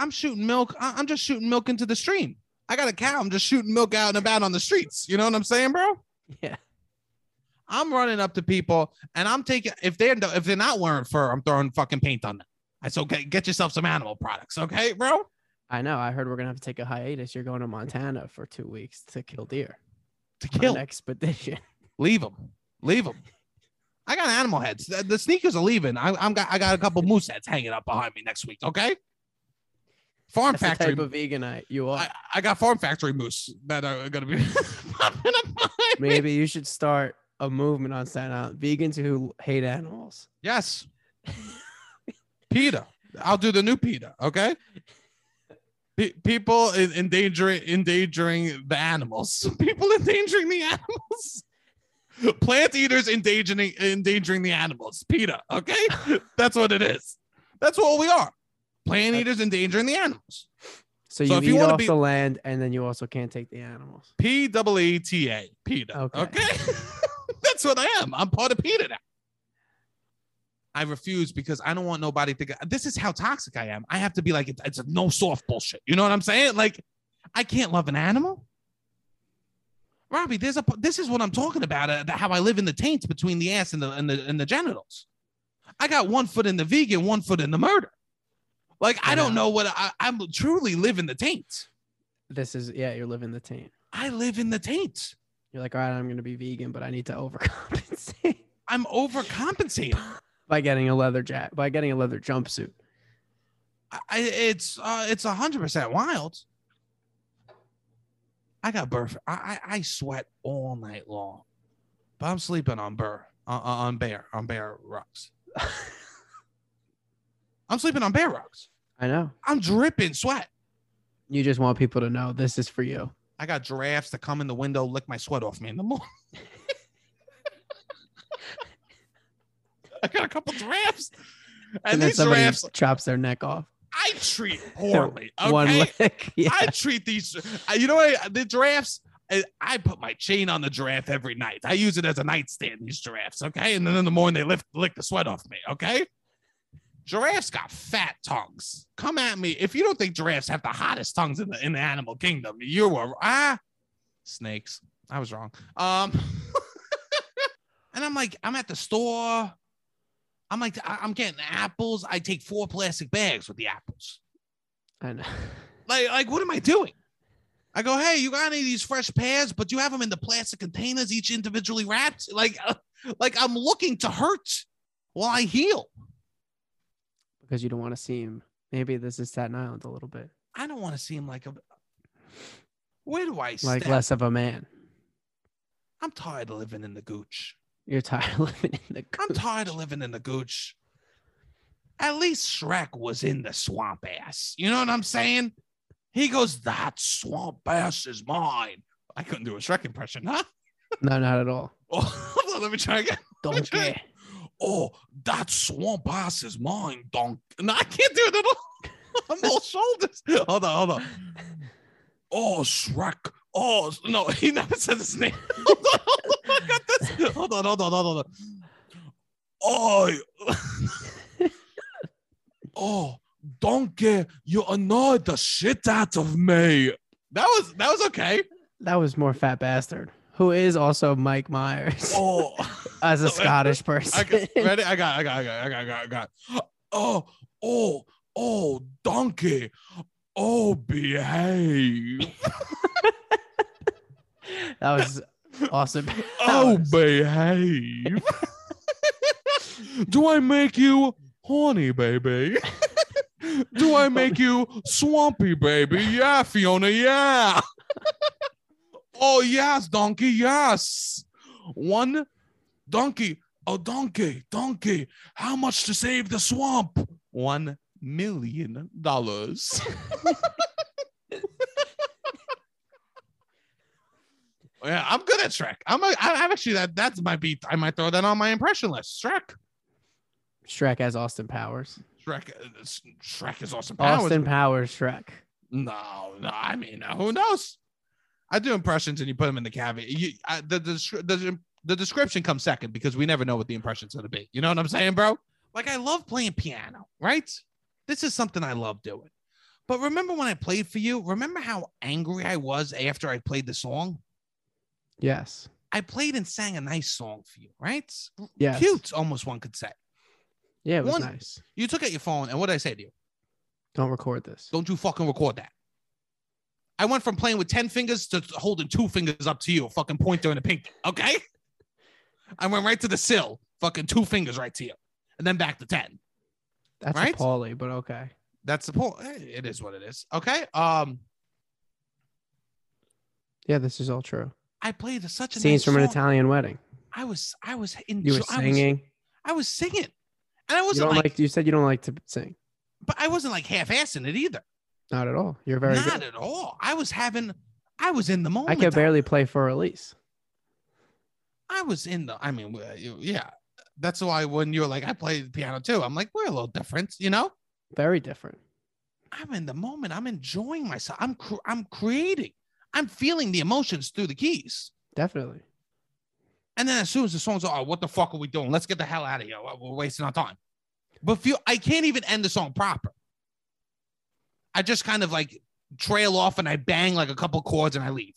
[SPEAKER 1] I'm shooting milk. I- I'm just shooting milk into the stream. I got a cow. I'm just shooting milk out and about on the streets. You know what I'm saying, bro?
[SPEAKER 2] Yeah,
[SPEAKER 1] I'm running up to people and I'm taking if they're if they're not wearing fur, I'm throwing fucking paint on them. I said, okay, get yourself some animal products, okay, bro?
[SPEAKER 2] I know. I heard we're gonna have to take a hiatus. You're going to Montana for two weeks to kill deer.
[SPEAKER 1] To
[SPEAKER 2] on
[SPEAKER 1] kill,
[SPEAKER 2] an expedition.
[SPEAKER 1] leave them, leave them. I got animal heads. The, the sneakers are leaving. I, I'm got I got a couple moose heads hanging up behind me next week, okay? Farm
[SPEAKER 2] That's
[SPEAKER 1] factory
[SPEAKER 2] the type of veganite you are.
[SPEAKER 1] I, I got farm factory moose that are gonna be popping up. behind me.
[SPEAKER 2] Maybe you should start a movement on Staten Island. Vegans who hate animals.
[SPEAKER 1] Yes. PETA. I'll do the new PETA, okay? Pe- people en- endangering endangering the animals. People endangering the animals. Plant eaters endangering endangering the animals. PETA, okay? That's what it is. That's what we are. Plant eaters endangering the animals.
[SPEAKER 2] So,
[SPEAKER 1] So
[SPEAKER 2] you
[SPEAKER 1] if
[SPEAKER 2] eat
[SPEAKER 1] you wanna
[SPEAKER 2] off
[SPEAKER 1] be-
[SPEAKER 2] the land, and then you also can't take the animals.
[SPEAKER 1] P W E T A, PETA.
[SPEAKER 2] Okay.
[SPEAKER 1] E Okay. That's what I am. I'm part of PETA now. I refuse because I don't want nobody to. This is how toxic I am. I have to be like, it's, it's no soft bullshit. You know what I'm saying? Like, I can't love an animal. Robbie, there's a. This is what I'm talking about. Uh, how I live in the taints between the ass and the and the and the genitals. I got one foot in the vegan, one foot in the murder. Like I don't
[SPEAKER 2] Yeah.
[SPEAKER 1] know what I, I'm truly living the taints.
[SPEAKER 2] This is yeah, you're living the taint.
[SPEAKER 1] I live in the taints.
[SPEAKER 2] You're like, all right, I'm gonna be vegan, but I need to overcompensate
[SPEAKER 1] I'm overcompensating.
[SPEAKER 2] by getting a leather jack by getting a leather jumpsuit.
[SPEAKER 1] I, I- it's uh, it's hundred percent wild. I got burr. I, I I sweat all night long, but I'm sleeping on burr on, on on bear on bear rocks. I'm sleeping on bear rocks.
[SPEAKER 2] I know.
[SPEAKER 1] I'm dripping sweat.
[SPEAKER 2] You just want people to know this is for you.
[SPEAKER 1] I got giraffes to come in the window, lick my sweat off me in the morning. I got a couple giraffes, and,
[SPEAKER 2] And, then
[SPEAKER 1] these
[SPEAKER 2] somebody
[SPEAKER 1] giraffes
[SPEAKER 2] chops their neck off.
[SPEAKER 1] I treat poorly. Okay,
[SPEAKER 2] One lick. Yeah.
[SPEAKER 1] I treat these. I- You know what? The giraffes. I, I put my chain on the giraffe every night. I use it as a nightstand. These giraffes, okay, and then in the morning they lift, lick the sweat off me, okay. Giraffes got fat tongues. Come at me if you don't think giraffes have the hottest tongues in the in the animal kingdom. You were ah snakes. I was wrong. Um, and I'm like, I'm at the store. I'm like, I- I'm getting apples. I take four plastic bags with the apples.
[SPEAKER 2] I know.
[SPEAKER 1] Like, like what am I doing? I go, hey, you got any of these fresh pears? But you have them in the plastic containers, each individually wrapped. Like, uh, like I'm looking to hurt while I heal.
[SPEAKER 2] Because you don't want to seem maybe this is Staten Island a little bit.
[SPEAKER 1] I don't want to seem like a. Where do I
[SPEAKER 2] Like
[SPEAKER 1] step?
[SPEAKER 2] less of a man.
[SPEAKER 1] I'm tired of living in the gooch.
[SPEAKER 2] You're tired of living in the
[SPEAKER 1] I'm
[SPEAKER 2] goo-
[SPEAKER 1] tired of living in the gooch. At least Shrek was in the swamp ass. You know what I'm saying? He goes, that swamp ass is mine. I couldn't do a Shrek impression, huh?
[SPEAKER 2] No, not at all.
[SPEAKER 1] Oh, let me try again.
[SPEAKER 2] Don't
[SPEAKER 1] Okay.
[SPEAKER 2] care.
[SPEAKER 1] oh, that swamp ass is mine, donk. No, I can't do it at all. I'm all shoulders. Hold on, hold on. Oh, Shrek. Oh, no, he never said his name. Hold on, hold on, I got this. Hold on, hold on, hold on. Hold on. Oh, oh, donkey, you annoyed the shit out of me. That was that was okay.
[SPEAKER 2] That was more fat bastard, who is also Mike Myers
[SPEAKER 1] Oh.
[SPEAKER 2] as a
[SPEAKER 1] wait,
[SPEAKER 2] Scottish person.
[SPEAKER 1] I got, ready? I got, I got, I got, I got, I got, I got. Oh, oh, oh, donkey. Oh, behave.
[SPEAKER 2] that was awesome.
[SPEAKER 1] Oh,
[SPEAKER 2] That was-
[SPEAKER 1] behave. Do I make you horny, baby? Do I make you swampy, baby? Yeah, Fiona, yeah. oh, yes, donkey, yes. One donkey, oh, donkey, donkey. How much to save the swamp? One million dollars. yeah, I'm good at Shrek. I'm, a, I, am actually that that might be I might throw that on my impression list. Shrek,
[SPEAKER 2] Shrek as Austin Powers.
[SPEAKER 1] Shrek, uh, S- Shrek is awesome.
[SPEAKER 2] Austin Powers Shrek.
[SPEAKER 1] No, no. I mean, uh, who knows? I do impressions, and you put them in the caveat. You, I, the, the descri- the the description comes second because we never know what the impression's gonna be. You know what I'm saying, bro? Like I love playing piano, right? This is something I love doing. But remember when I played for you? Remember how angry I was after I played the song?
[SPEAKER 2] Yes.
[SPEAKER 1] I played and sang a nice song for you, right?
[SPEAKER 2] Yes.
[SPEAKER 1] Cute, almost one could say.
[SPEAKER 2] Yeah, it was
[SPEAKER 1] One-
[SPEAKER 2] nice.
[SPEAKER 1] You took out your phone, and what did I say to you?
[SPEAKER 2] Don't record this.
[SPEAKER 1] Don't you fucking record that. I went from playing with 10 fingers to holding two fingers up to you, a fucking pointer and a pinky. Okay. I went right to the sill, fucking two fingers right to you, and then back to 10.
[SPEAKER 2] That's
[SPEAKER 1] right?
[SPEAKER 2] appalling, but okay.
[SPEAKER 1] That's the point. Eh, It is what it is. Okay. Um,
[SPEAKER 2] Yeah, this is all true.
[SPEAKER 1] I played such a
[SPEAKER 2] Scenes
[SPEAKER 1] nice
[SPEAKER 2] from an
[SPEAKER 1] song.
[SPEAKER 2] Italian wedding.
[SPEAKER 1] I was, I was
[SPEAKER 2] You
[SPEAKER 1] enjoying,
[SPEAKER 2] were singing.
[SPEAKER 1] I was singing, and I
[SPEAKER 2] You
[SPEAKER 1] wasn't
[SPEAKER 2] don't
[SPEAKER 1] like,
[SPEAKER 2] like, You said you don't like to sing.
[SPEAKER 1] but I wasn't like half assing it either.
[SPEAKER 2] Not at all. You're very
[SPEAKER 1] Not
[SPEAKER 2] good.
[SPEAKER 1] at all. I was having, I was in the moment.
[SPEAKER 2] I could
[SPEAKER 1] dog.
[SPEAKER 2] barely play for release.
[SPEAKER 1] I was in the. I mean, uh, you- yeah, that's why when you're like, I play the piano too. I'm like, we're a little different, you know.
[SPEAKER 2] Very different.
[SPEAKER 1] I'm in the moment. I'm enjoying myself. I'm cr- I'm creating. I'm feeling the emotions through the keys.
[SPEAKER 2] Definitely.
[SPEAKER 1] And then as soon as the song's, oh, what the fuck are we doing? Let's get the hell out of here. We're we're wasting our time. But feel I can't even end the song proper. I just kind of like trail off and I bang like a couple chords and I leave.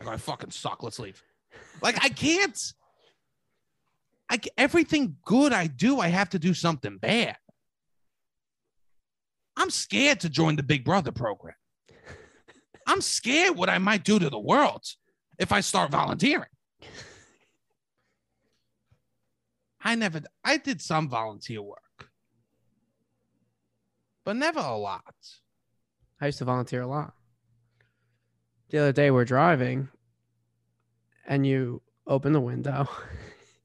[SPEAKER 1] I go, I fucking suck. Let's leave. Like I can't. I ca- everything good I do, I have to do something bad. I'm scared to join the Big Brother program. I'm scared what I might do to the world if I start volunteering. I never, I did some volunteer work, but never a lot.
[SPEAKER 2] I used to volunteer a lot. The other day we're driving and you open the window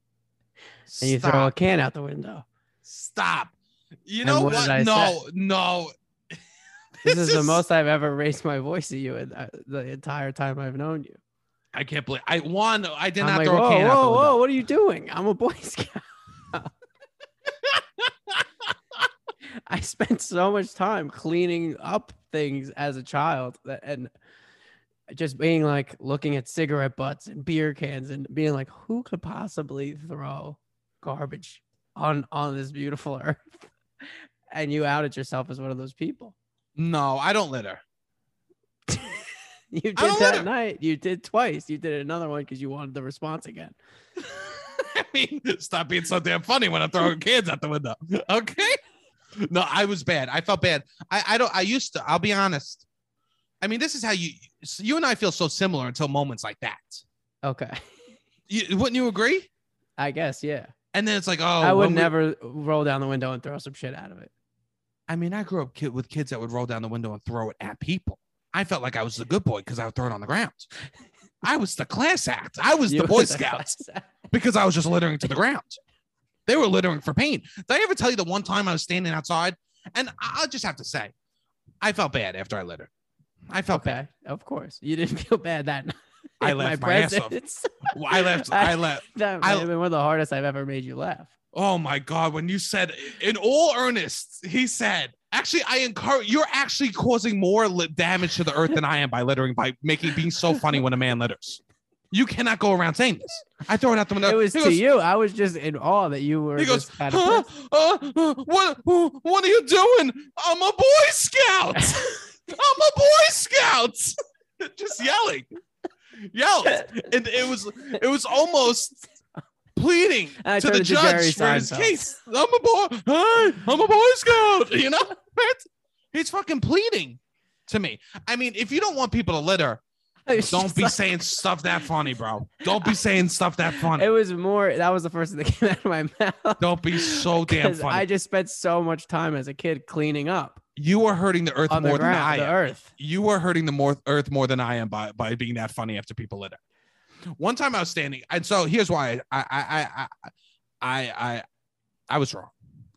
[SPEAKER 2] and you throw a
[SPEAKER 1] Stop.
[SPEAKER 2] can out the window.
[SPEAKER 1] Stop. You
[SPEAKER 2] And
[SPEAKER 1] know
[SPEAKER 2] what
[SPEAKER 1] what?
[SPEAKER 2] did I
[SPEAKER 1] No, no.
[SPEAKER 2] This, is, the
[SPEAKER 1] is-
[SPEAKER 2] most I've ever raised my voice at you in, uh, the entire time I've known you.
[SPEAKER 1] I can't believe I one. I did
[SPEAKER 2] I'm
[SPEAKER 1] not
[SPEAKER 2] like,
[SPEAKER 1] throw
[SPEAKER 2] whoa,
[SPEAKER 1] a can
[SPEAKER 2] whoa,
[SPEAKER 1] out the window.
[SPEAKER 2] whoa, what are you doing? I'm a Boy Scout. I spent so much time cleaning up things as a child that, and just being like looking at cigarette butts and beer cans and being like, who could possibly throw garbage on on this beautiful earth? And you outed yourself as one of those people.
[SPEAKER 1] No, I don't litter.
[SPEAKER 2] You did
[SPEAKER 1] don't
[SPEAKER 2] that
[SPEAKER 1] litter.
[SPEAKER 2] night. You did twice. You did another one because you wanted the response again.
[SPEAKER 1] I mean, stop being so damn funny when I'm throwing cans out the window. Okay. No, I was bad. I felt bad. I, I don't. I used to. I'll be honest. I mean, this is how you. You and I feel so similar until moments like that.
[SPEAKER 2] Okay.
[SPEAKER 1] You, wouldn't you agree?
[SPEAKER 2] I guess, yeah.
[SPEAKER 1] And then it's like, oh,
[SPEAKER 2] I would
[SPEAKER 1] when we-
[SPEAKER 2] never roll down the window and throw some shit out of it.
[SPEAKER 1] I mean, I grew up kid, with kids that would roll down the window and throw it at people. I felt like I was the good boy because I would throw it on the ground. I was the class act. I was
[SPEAKER 2] You
[SPEAKER 1] the Boy
[SPEAKER 2] were
[SPEAKER 1] Scouts
[SPEAKER 2] class-
[SPEAKER 1] because I was just littering to the ground. They were littering for pain. Did I ever tell you the one time I was standing outside? And I- I'll just have to say, I felt bad after I littered. I felt bad.
[SPEAKER 2] Okay, of course. You didn't feel bad that night.
[SPEAKER 1] I laughed my ass off.
[SPEAKER 2] presence.
[SPEAKER 1] Well, I left. I left.
[SPEAKER 2] that might
[SPEAKER 1] I-
[SPEAKER 2] have been one of the hardest I've ever made you laugh.
[SPEAKER 1] Oh my God. When you said, in all earnest, he said, actually, I encourage you're actually causing more li- damage to the earth than I am by littering, by making being so funny when a man litters. You cannot go around saying this. I throw it out the window.
[SPEAKER 2] it was
[SPEAKER 1] He
[SPEAKER 2] to
[SPEAKER 1] goes,
[SPEAKER 2] you. I was just in awe that you were.
[SPEAKER 1] He goes,
[SPEAKER 2] this kind of
[SPEAKER 1] huh?
[SPEAKER 2] person.
[SPEAKER 1] Uh, uh, what, uh, what are you doing? I'm a Boy Scout. I'm a Boy Scout. Just yelling, yelled, and it was it was almost pleading
[SPEAKER 2] And I
[SPEAKER 1] to
[SPEAKER 2] turned
[SPEAKER 1] the
[SPEAKER 2] it to Jerry
[SPEAKER 1] judge for his
[SPEAKER 2] Seinfeld.
[SPEAKER 1] case. I'm a boy. Hi, I'm a Boy Scout. You know, It's- he's fucking pleading to me. I mean, if you don't want people to litter,
[SPEAKER 2] I was
[SPEAKER 1] don't
[SPEAKER 2] just
[SPEAKER 1] be
[SPEAKER 2] like-
[SPEAKER 1] saying stuff that funny, bro. Don't be saying stuff that funny.
[SPEAKER 2] It was more. That was the first thing that came out of my mouth.
[SPEAKER 1] don't be so damn
[SPEAKER 2] 'cause
[SPEAKER 1] funny.
[SPEAKER 2] I just spent so much time as a kid cleaning up
[SPEAKER 1] you are hurting the earth
[SPEAKER 2] on the
[SPEAKER 1] more than I
[SPEAKER 2] ground, the
[SPEAKER 1] am.
[SPEAKER 2] earth.
[SPEAKER 1] You are hurting the more earth more than I am by, by being that funny after people litter. One time I was standing, and so here's why I I I I I I, I was wrong.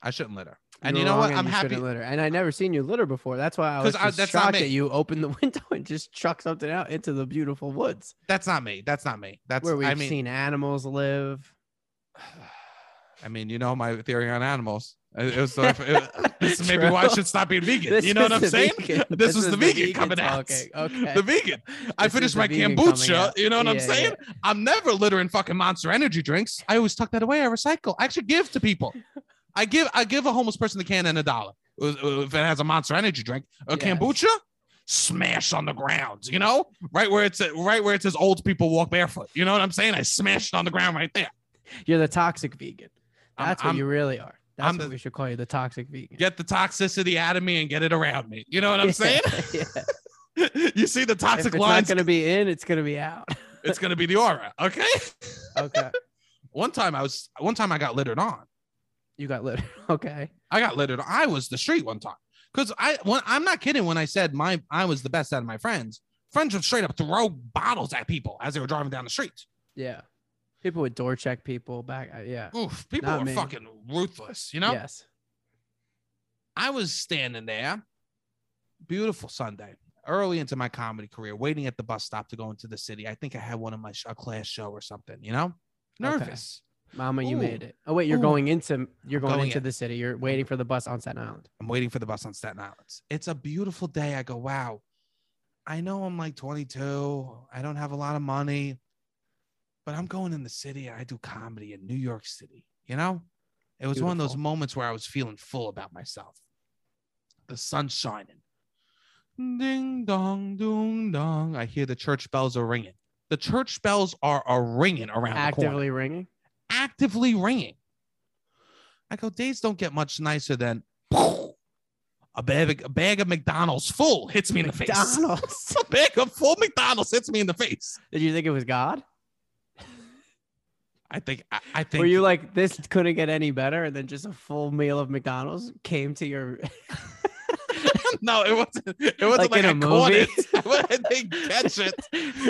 [SPEAKER 1] I shouldn't litter. And
[SPEAKER 2] were
[SPEAKER 1] you know
[SPEAKER 2] wrong
[SPEAKER 1] what?
[SPEAKER 2] and
[SPEAKER 1] I'm
[SPEAKER 2] you shouldn't
[SPEAKER 1] happy.
[SPEAKER 2] Litter. And I never seen you litter before. That's why I was
[SPEAKER 1] 'Cause I-
[SPEAKER 2] just
[SPEAKER 1] that's not
[SPEAKER 2] shocked
[SPEAKER 1] me.
[SPEAKER 2] that you opened the window and just chucked something out into the beautiful woods
[SPEAKER 1] That's not me. That's not me. That's
[SPEAKER 2] where we've
[SPEAKER 1] I mean.
[SPEAKER 2] seen animals live.
[SPEAKER 1] I mean, you know my theory on animals. It it was the- it- this is maybe why I
[SPEAKER 2] True.
[SPEAKER 1] should stop being vegan. you know
[SPEAKER 2] is
[SPEAKER 1] what I'm
[SPEAKER 2] the
[SPEAKER 1] saying?
[SPEAKER 2] vegan.
[SPEAKER 1] This was
[SPEAKER 2] is
[SPEAKER 1] the vegan coming out.
[SPEAKER 2] talking. Okay.
[SPEAKER 1] The vegan. I
[SPEAKER 2] This is
[SPEAKER 1] finished
[SPEAKER 2] the
[SPEAKER 1] my
[SPEAKER 2] vegan coming
[SPEAKER 1] kombucha.
[SPEAKER 2] out.
[SPEAKER 1] You know what I'm
[SPEAKER 2] Yeah,
[SPEAKER 1] saying? I'm never littering fucking Monster Energy drinks. I always tuck that away. I recycle. I actually give to people. I give I give a homeless person a can and a dollar if if it has a Monster Energy drink. A
[SPEAKER 2] Yes.
[SPEAKER 1] kombucha, smash on the ground. You know, right where it's right where it says old people walk barefoot. You know what I'm saying? I smashed on the ground right there.
[SPEAKER 2] yeah. You're the toxic vegan.
[SPEAKER 1] I'm-
[SPEAKER 2] That's
[SPEAKER 1] I'm-
[SPEAKER 2] what you really are. That's
[SPEAKER 1] I'm
[SPEAKER 2] what
[SPEAKER 1] the-
[SPEAKER 2] we should call you, the toxic vegan.
[SPEAKER 1] get the toxicity out of me and get it around me. You know what I'm saying?
[SPEAKER 2] yeah.
[SPEAKER 1] you see the
[SPEAKER 2] If
[SPEAKER 1] toxic
[SPEAKER 2] it's
[SPEAKER 1] lines,
[SPEAKER 2] not gonna be in, it's gonna be out.
[SPEAKER 1] it's gonna be the aura. Okay.
[SPEAKER 2] Okay.
[SPEAKER 1] One time I was one time I got littered on.
[SPEAKER 2] you got litter. Okay.
[SPEAKER 1] I got littered. I was the street one time. Cause I when I'm not kidding when I said my I was the best out of my friends. Friends would straight up throw bottles at people as they were driving down the street.
[SPEAKER 2] Yeah. People would door check people back. uh, Yeah.
[SPEAKER 1] Oof, people
[SPEAKER 2] Not
[SPEAKER 1] were
[SPEAKER 2] me.
[SPEAKER 1] fucking ruthless, you know?
[SPEAKER 2] Yes.
[SPEAKER 1] I was standing there, beautiful Sunday, early into my comedy career, waiting at the bus stop to go into the city. I think I had one of my sh- a class show or something, you know,
[SPEAKER 2] Okay.
[SPEAKER 1] nervous.
[SPEAKER 2] Mama, you
[SPEAKER 1] Ooh.
[SPEAKER 2] made it. Oh wait, you're
[SPEAKER 1] Ooh.
[SPEAKER 2] going into you're going,
[SPEAKER 1] Going
[SPEAKER 2] into
[SPEAKER 1] in.
[SPEAKER 2] the city. You're waiting for the bus on Staten Island.
[SPEAKER 1] I'm waiting for the bus on Staten Island. It's a beautiful day. I go, wow, I know I'm like 22. I don't have a lot of money, but I'm going in the city and I do comedy in New York City, you know? It was one of those
[SPEAKER 2] Beautiful.
[SPEAKER 1] moments where I was feeling full about myself. The sun's shining. Ding dong, dong dong. I hear the church bells are ringing. The church bells are a ringing around the corner
[SPEAKER 2] Actively ringing.
[SPEAKER 1] actively ringing. I go, days don't get much nicer than a bag, a bag of McDonald's full hits me in the face.
[SPEAKER 2] McDonald's.
[SPEAKER 1] a bag of full McDonald's hits me in the face.
[SPEAKER 2] Did you think it was God?
[SPEAKER 1] I think, I, I think,
[SPEAKER 2] Were you like this couldn't get any better, and then just a full meal of McDonald's came to your
[SPEAKER 1] no, it wasn't, it wasn't like,
[SPEAKER 2] Like in
[SPEAKER 1] I
[SPEAKER 2] a
[SPEAKER 1] caught
[SPEAKER 2] movie?
[SPEAKER 1] it. I didn't catch it.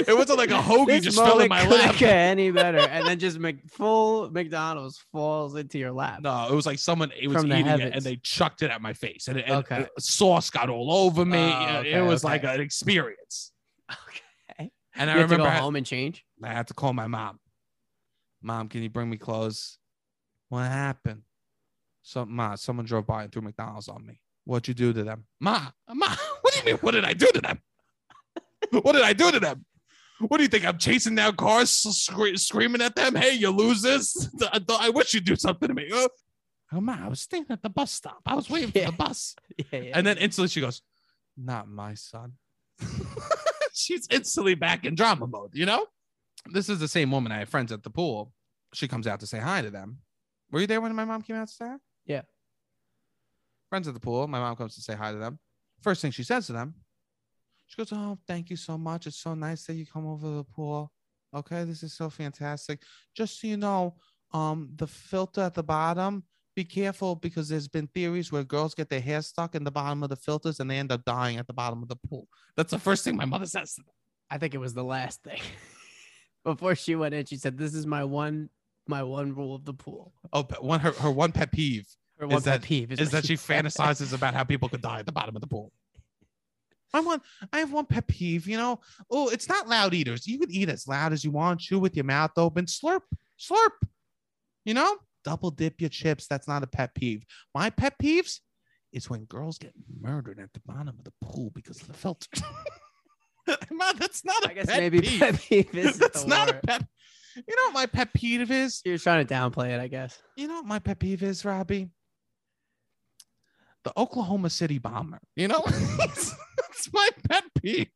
[SPEAKER 1] It wasn't like a hoagie
[SPEAKER 2] This
[SPEAKER 1] just fell
[SPEAKER 2] moment
[SPEAKER 1] in my
[SPEAKER 2] couldn't
[SPEAKER 1] lap.
[SPEAKER 2] get any better, and then just Mc, full McDonald's falls into your lap.
[SPEAKER 1] No, it was like someone it was
[SPEAKER 2] From the
[SPEAKER 1] eating it and
[SPEAKER 2] heavens.
[SPEAKER 1] they chucked it at my face and, and
[SPEAKER 2] Okay.
[SPEAKER 1] sauce got all over me.
[SPEAKER 2] Oh,
[SPEAKER 1] It- it
[SPEAKER 2] okay,
[SPEAKER 1] was
[SPEAKER 2] okay.
[SPEAKER 1] like an experience.
[SPEAKER 2] Okay.
[SPEAKER 1] And I
[SPEAKER 2] you have to
[SPEAKER 1] remember
[SPEAKER 2] go
[SPEAKER 1] I-
[SPEAKER 2] home and change.
[SPEAKER 1] I had to call my mom. Mom, can you bring me clothes? What happened? Some ma, someone drove by and threw McDonald's on me. What'd you do to them? Ma, ma, what do you mean? What did I do to them? What did I do to them? What do you think? I'm chasing down cars, scre- screaming at them, hey, you losers. I, thought- I wish you'd do something to me. Uh, Oh, ma, I was standing at the bus stop. I was waiting
[SPEAKER 2] Yeah.
[SPEAKER 1] for the bus.
[SPEAKER 2] Yeah, yeah.
[SPEAKER 1] And then instantly she goes, Not my son. She's instantly back in drama mode, you know? This is the same woman I had friends at the pool. She comes out to say hi to them. Were you there when my mom came out to say hi?
[SPEAKER 2] Yeah.
[SPEAKER 1] Friends at the pool. My mom comes to say hi to them. First thing she says to them, she goes, Oh, thank you so much. It's so nice that you come over to the pool. Okay, this is so fantastic. Just so you know, um, the filter at the bottom, be careful because there's been theories where girls get their hair stuck in the bottom of the filters and they end up dying at the bottom of the pool. That's the first thing my mother says.
[SPEAKER 2] I think it was the last thing. Before she went in, she said, "This is my one, my one rule of the pool."
[SPEAKER 1] Oh, but one her, her one pet peeve
[SPEAKER 2] Or
[SPEAKER 1] Is
[SPEAKER 2] one pet
[SPEAKER 1] that-
[SPEAKER 2] peeve
[SPEAKER 1] is
[SPEAKER 2] what
[SPEAKER 1] that she
[SPEAKER 2] said.
[SPEAKER 1] fantasizes about how people could die at the bottom of the pool. I want I have one pet peeve, you know. Oh, it's not loud eaters. You could eat as loud as you want, chew with your mouth open, slurp, slurp. You know, double dip your chips. That's not a pet peeve. My pet peeves is when girls get murdered at the bottom of the pool because of the filter. Ma, that's not a
[SPEAKER 2] I guess
[SPEAKER 1] pet
[SPEAKER 2] maybe
[SPEAKER 1] peeve.
[SPEAKER 2] pet peeve is
[SPEAKER 1] that's
[SPEAKER 2] the
[SPEAKER 1] not
[SPEAKER 2] word.
[SPEAKER 1] a pet. You know what my pet peeve is?
[SPEAKER 2] She was trying to downplay it, I guess.
[SPEAKER 1] You know what my pet peeve is, Robbie? The Oklahoma City bomber. You know, it's, it's my pet peeve.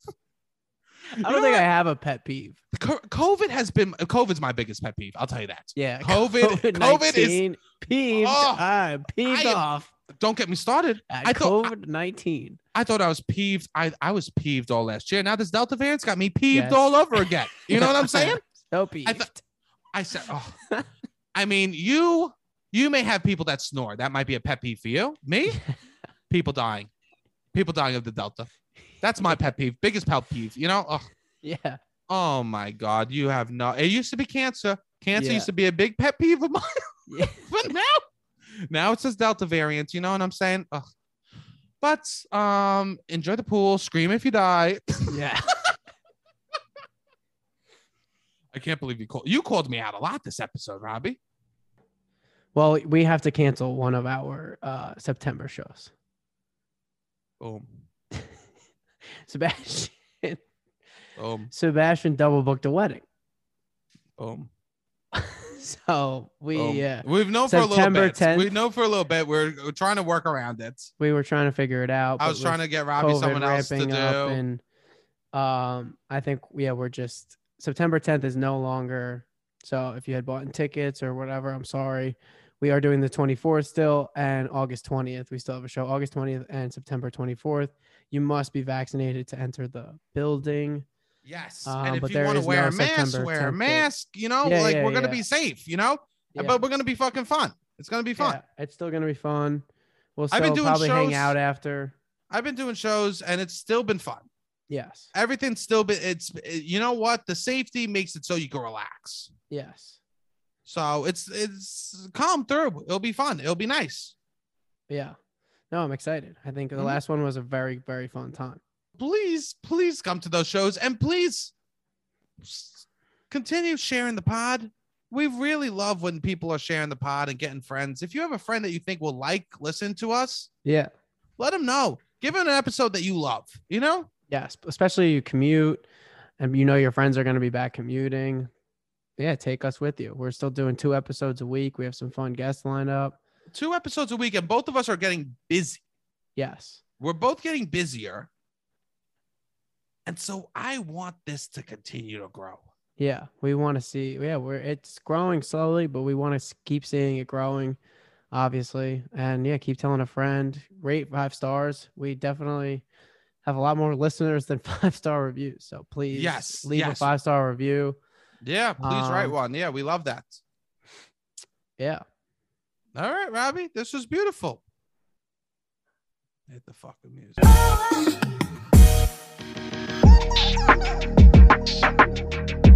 [SPEAKER 2] I don't think I have a pet peeve.
[SPEAKER 1] Co- COVID has been COVID's my biggest pet peeve. I'll tell you that.
[SPEAKER 2] Yeah,
[SPEAKER 1] COVID- COVID is-
[SPEAKER 2] COVID-19 peeved.
[SPEAKER 1] Oh,
[SPEAKER 2] I'm peeved
[SPEAKER 1] I am-
[SPEAKER 2] off
[SPEAKER 1] Don't get me started.
[SPEAKER 2] at
[SPEAKER 1] I thought- I-
[SPEAKER 2] COVID nineteen.
[SPEAKER 1] I thought I was peeved. I, I was peeved all last year. Now this Delta variant's got me peeved
[SPEAKER 2] Yes.
[SPEAKER 1] all over again. You know what I'm saying?
[SPEAKER 2] So peeved.
[SPEAKER 1] I said, oh. I mean, you you may have people that snore. That might be a pet peeve for you. Me, people dying, people dying of the Delta. That's my pet peeve. Biggest pet peeve. You know, Ugh.
[SPEAKER 2] yeah.
[SPEAKER 1] Oh my God, you have no. It used to be cancer. Cancer
[SPEAKER 2] Yeah.
[SPEAKER 1] used to be a big pet peeve of mine,
[SPEAKER 2] Yeah.
[SPEAKER 1] but now, now it says Delta variant. You know what I'm saying? Ugh. But um, enjoy the pool. Scream if you die.
[SPEAKER 2] Yeah.
[SPEAKER 1] I can't believe you called. You called me out a lot this episode, Robbie.
[SPEAKER 2] Well, we have to cancel one of our uh, September shows.
[SPEAKER 1] Boom,
[SPEAKER 2] Sebastian
[SPEAKER 1] boom,
[SPEAKER 2] Sebastian double booked a wedding.
[SPEAKER 1] boom.
[SPEAKER 2] so we
[SPEAKER 1] boom.
[SPEAKER 2] uh,
[SPEAKER 1] Um, We've known for a little
[SPEAKER 2] September
[SPEAKER 1] bit. We
[SPEAKER 2] 10th.
[SPEAKER 1] know for a little bit. We're, we're trying to work around it.
[SPEAKER 2] we were trying to figure it out.
[SPEAKER 1] I
[SPEAKER 2] but
[SPEAKER 1] was
[SPEAKER 2] with
[SPEAKER 1] trying to get Robbie
[SPEAKER 2] COVID
[SPEAKER 1] someone else to do.
[SPEAKER 2] ramping up and um, I think yeah, we're just September 10th is no longer. So if you had bought tickets or whatever, I'm sorry. We are doing the 24th still and August 20th. We still have a show August 20th and September 24th. You must be vaccinated to enter the building.
[SPEAKER 1] Yes.
[SPEAKER 2] Um,
[SPEAKER 1] and if
[SPEAKER 2] but
[SPEAKER 1] you
[SPEAKER 2] there
[SPEAKER 1] want to
[SPEAKER 2] is
[SPEAKER 1] wear
[SPEAKER 2] no
[SPEAKER 1] a mask,
[SPEAKER 2] September
[SPEAKER 1] wear
[SPEAKER 2] 10th
[SPEAKER 1] a
[SPEAKER 2] date.
[SPEAKER 1] mask, you know,
[SPEAKER 2] Yeah,
[SPEAKER 1] like
[SPEAKER 2] yeah,
[SPEAKER 1] we're going to
[SPEAKER 2] yeah.
[SPEAKER 1] be safe, you know,
[SPEAKER 2] Yeah.
[SPEAKER 1] but we're going to be fucking fun. It's going to be fun.
[SPEAKER 2] Yeah, it's still gonna be fun. We'll
[SPEAKER 1] I've been
[SPEAKER 2] still
[SPEAKER 1] doing
[SPEAKER 2] probably hang
[SPEAKER 1] shows-
[SPEAKER 2] out after.
[SPEAKER 1] I've been doing shows and it's still been fun.
[SPEAKER 2] Yes.
[SPEAKER 1] Everything's still been, it's, you know what? The safety makes it so you can relax.
[SPEAKER 2] Yes.
[SPEAKER 1] So it's, it's calm through. It'll be fun. It'll be nice.
[SPEAKER 2] Yeah. No, I'm excited. I think the
[SPEAKER 1] Mhm.
[SPEAKER 2] last one was a very, very fun time.
[SPEAKER 1] Please, please come to those shows and please s- continue sharing the pod. We really love when people are sharing the pod and getting friends. If you have a friend that you think will like, listen to us,
[SPEAKER 2] Yeah.
[SPEAKER 1] let them know. Give them an episode that you love. You know,
[SPEAKER 2] Yes. Especially you commute and you know your friends are gonna be back commuting. yeah, take us with you. We're still doing two episodes a week. We have some fun guests lined up.
[SPEAKER 1] Two episodes a week, and both of us are getting busy.
[SPEAKER 2] Yes.
[SPEAKER 1] We're both getting busier. And so I want this to continue to grow.
[SPEAKER 2] Yeah, we want to see. Yeah, we're it's growing slowly, but we want to keep seeing it growing, obviously. And yeah, keep telling a friend. Rate five stars. We definitely have a lot more listeners than five star reviews. So please,
[SPEAKER 1] Yes,
[SPEAKER 2] leave a
[SPEAKER 1] yes.
[SPEAKER 2] five star review.
[SPEAKER 1] Yeah, please write
[SPEAKER 2] Um,
[SPEAKER 1] one. Yeah, we love that.
[SPEAKER 2] Yeah,
[SPEAKER 1] All right, Robbie, this was beautiful. Hit the fucking music.
[SPEAKER 3] Thank you.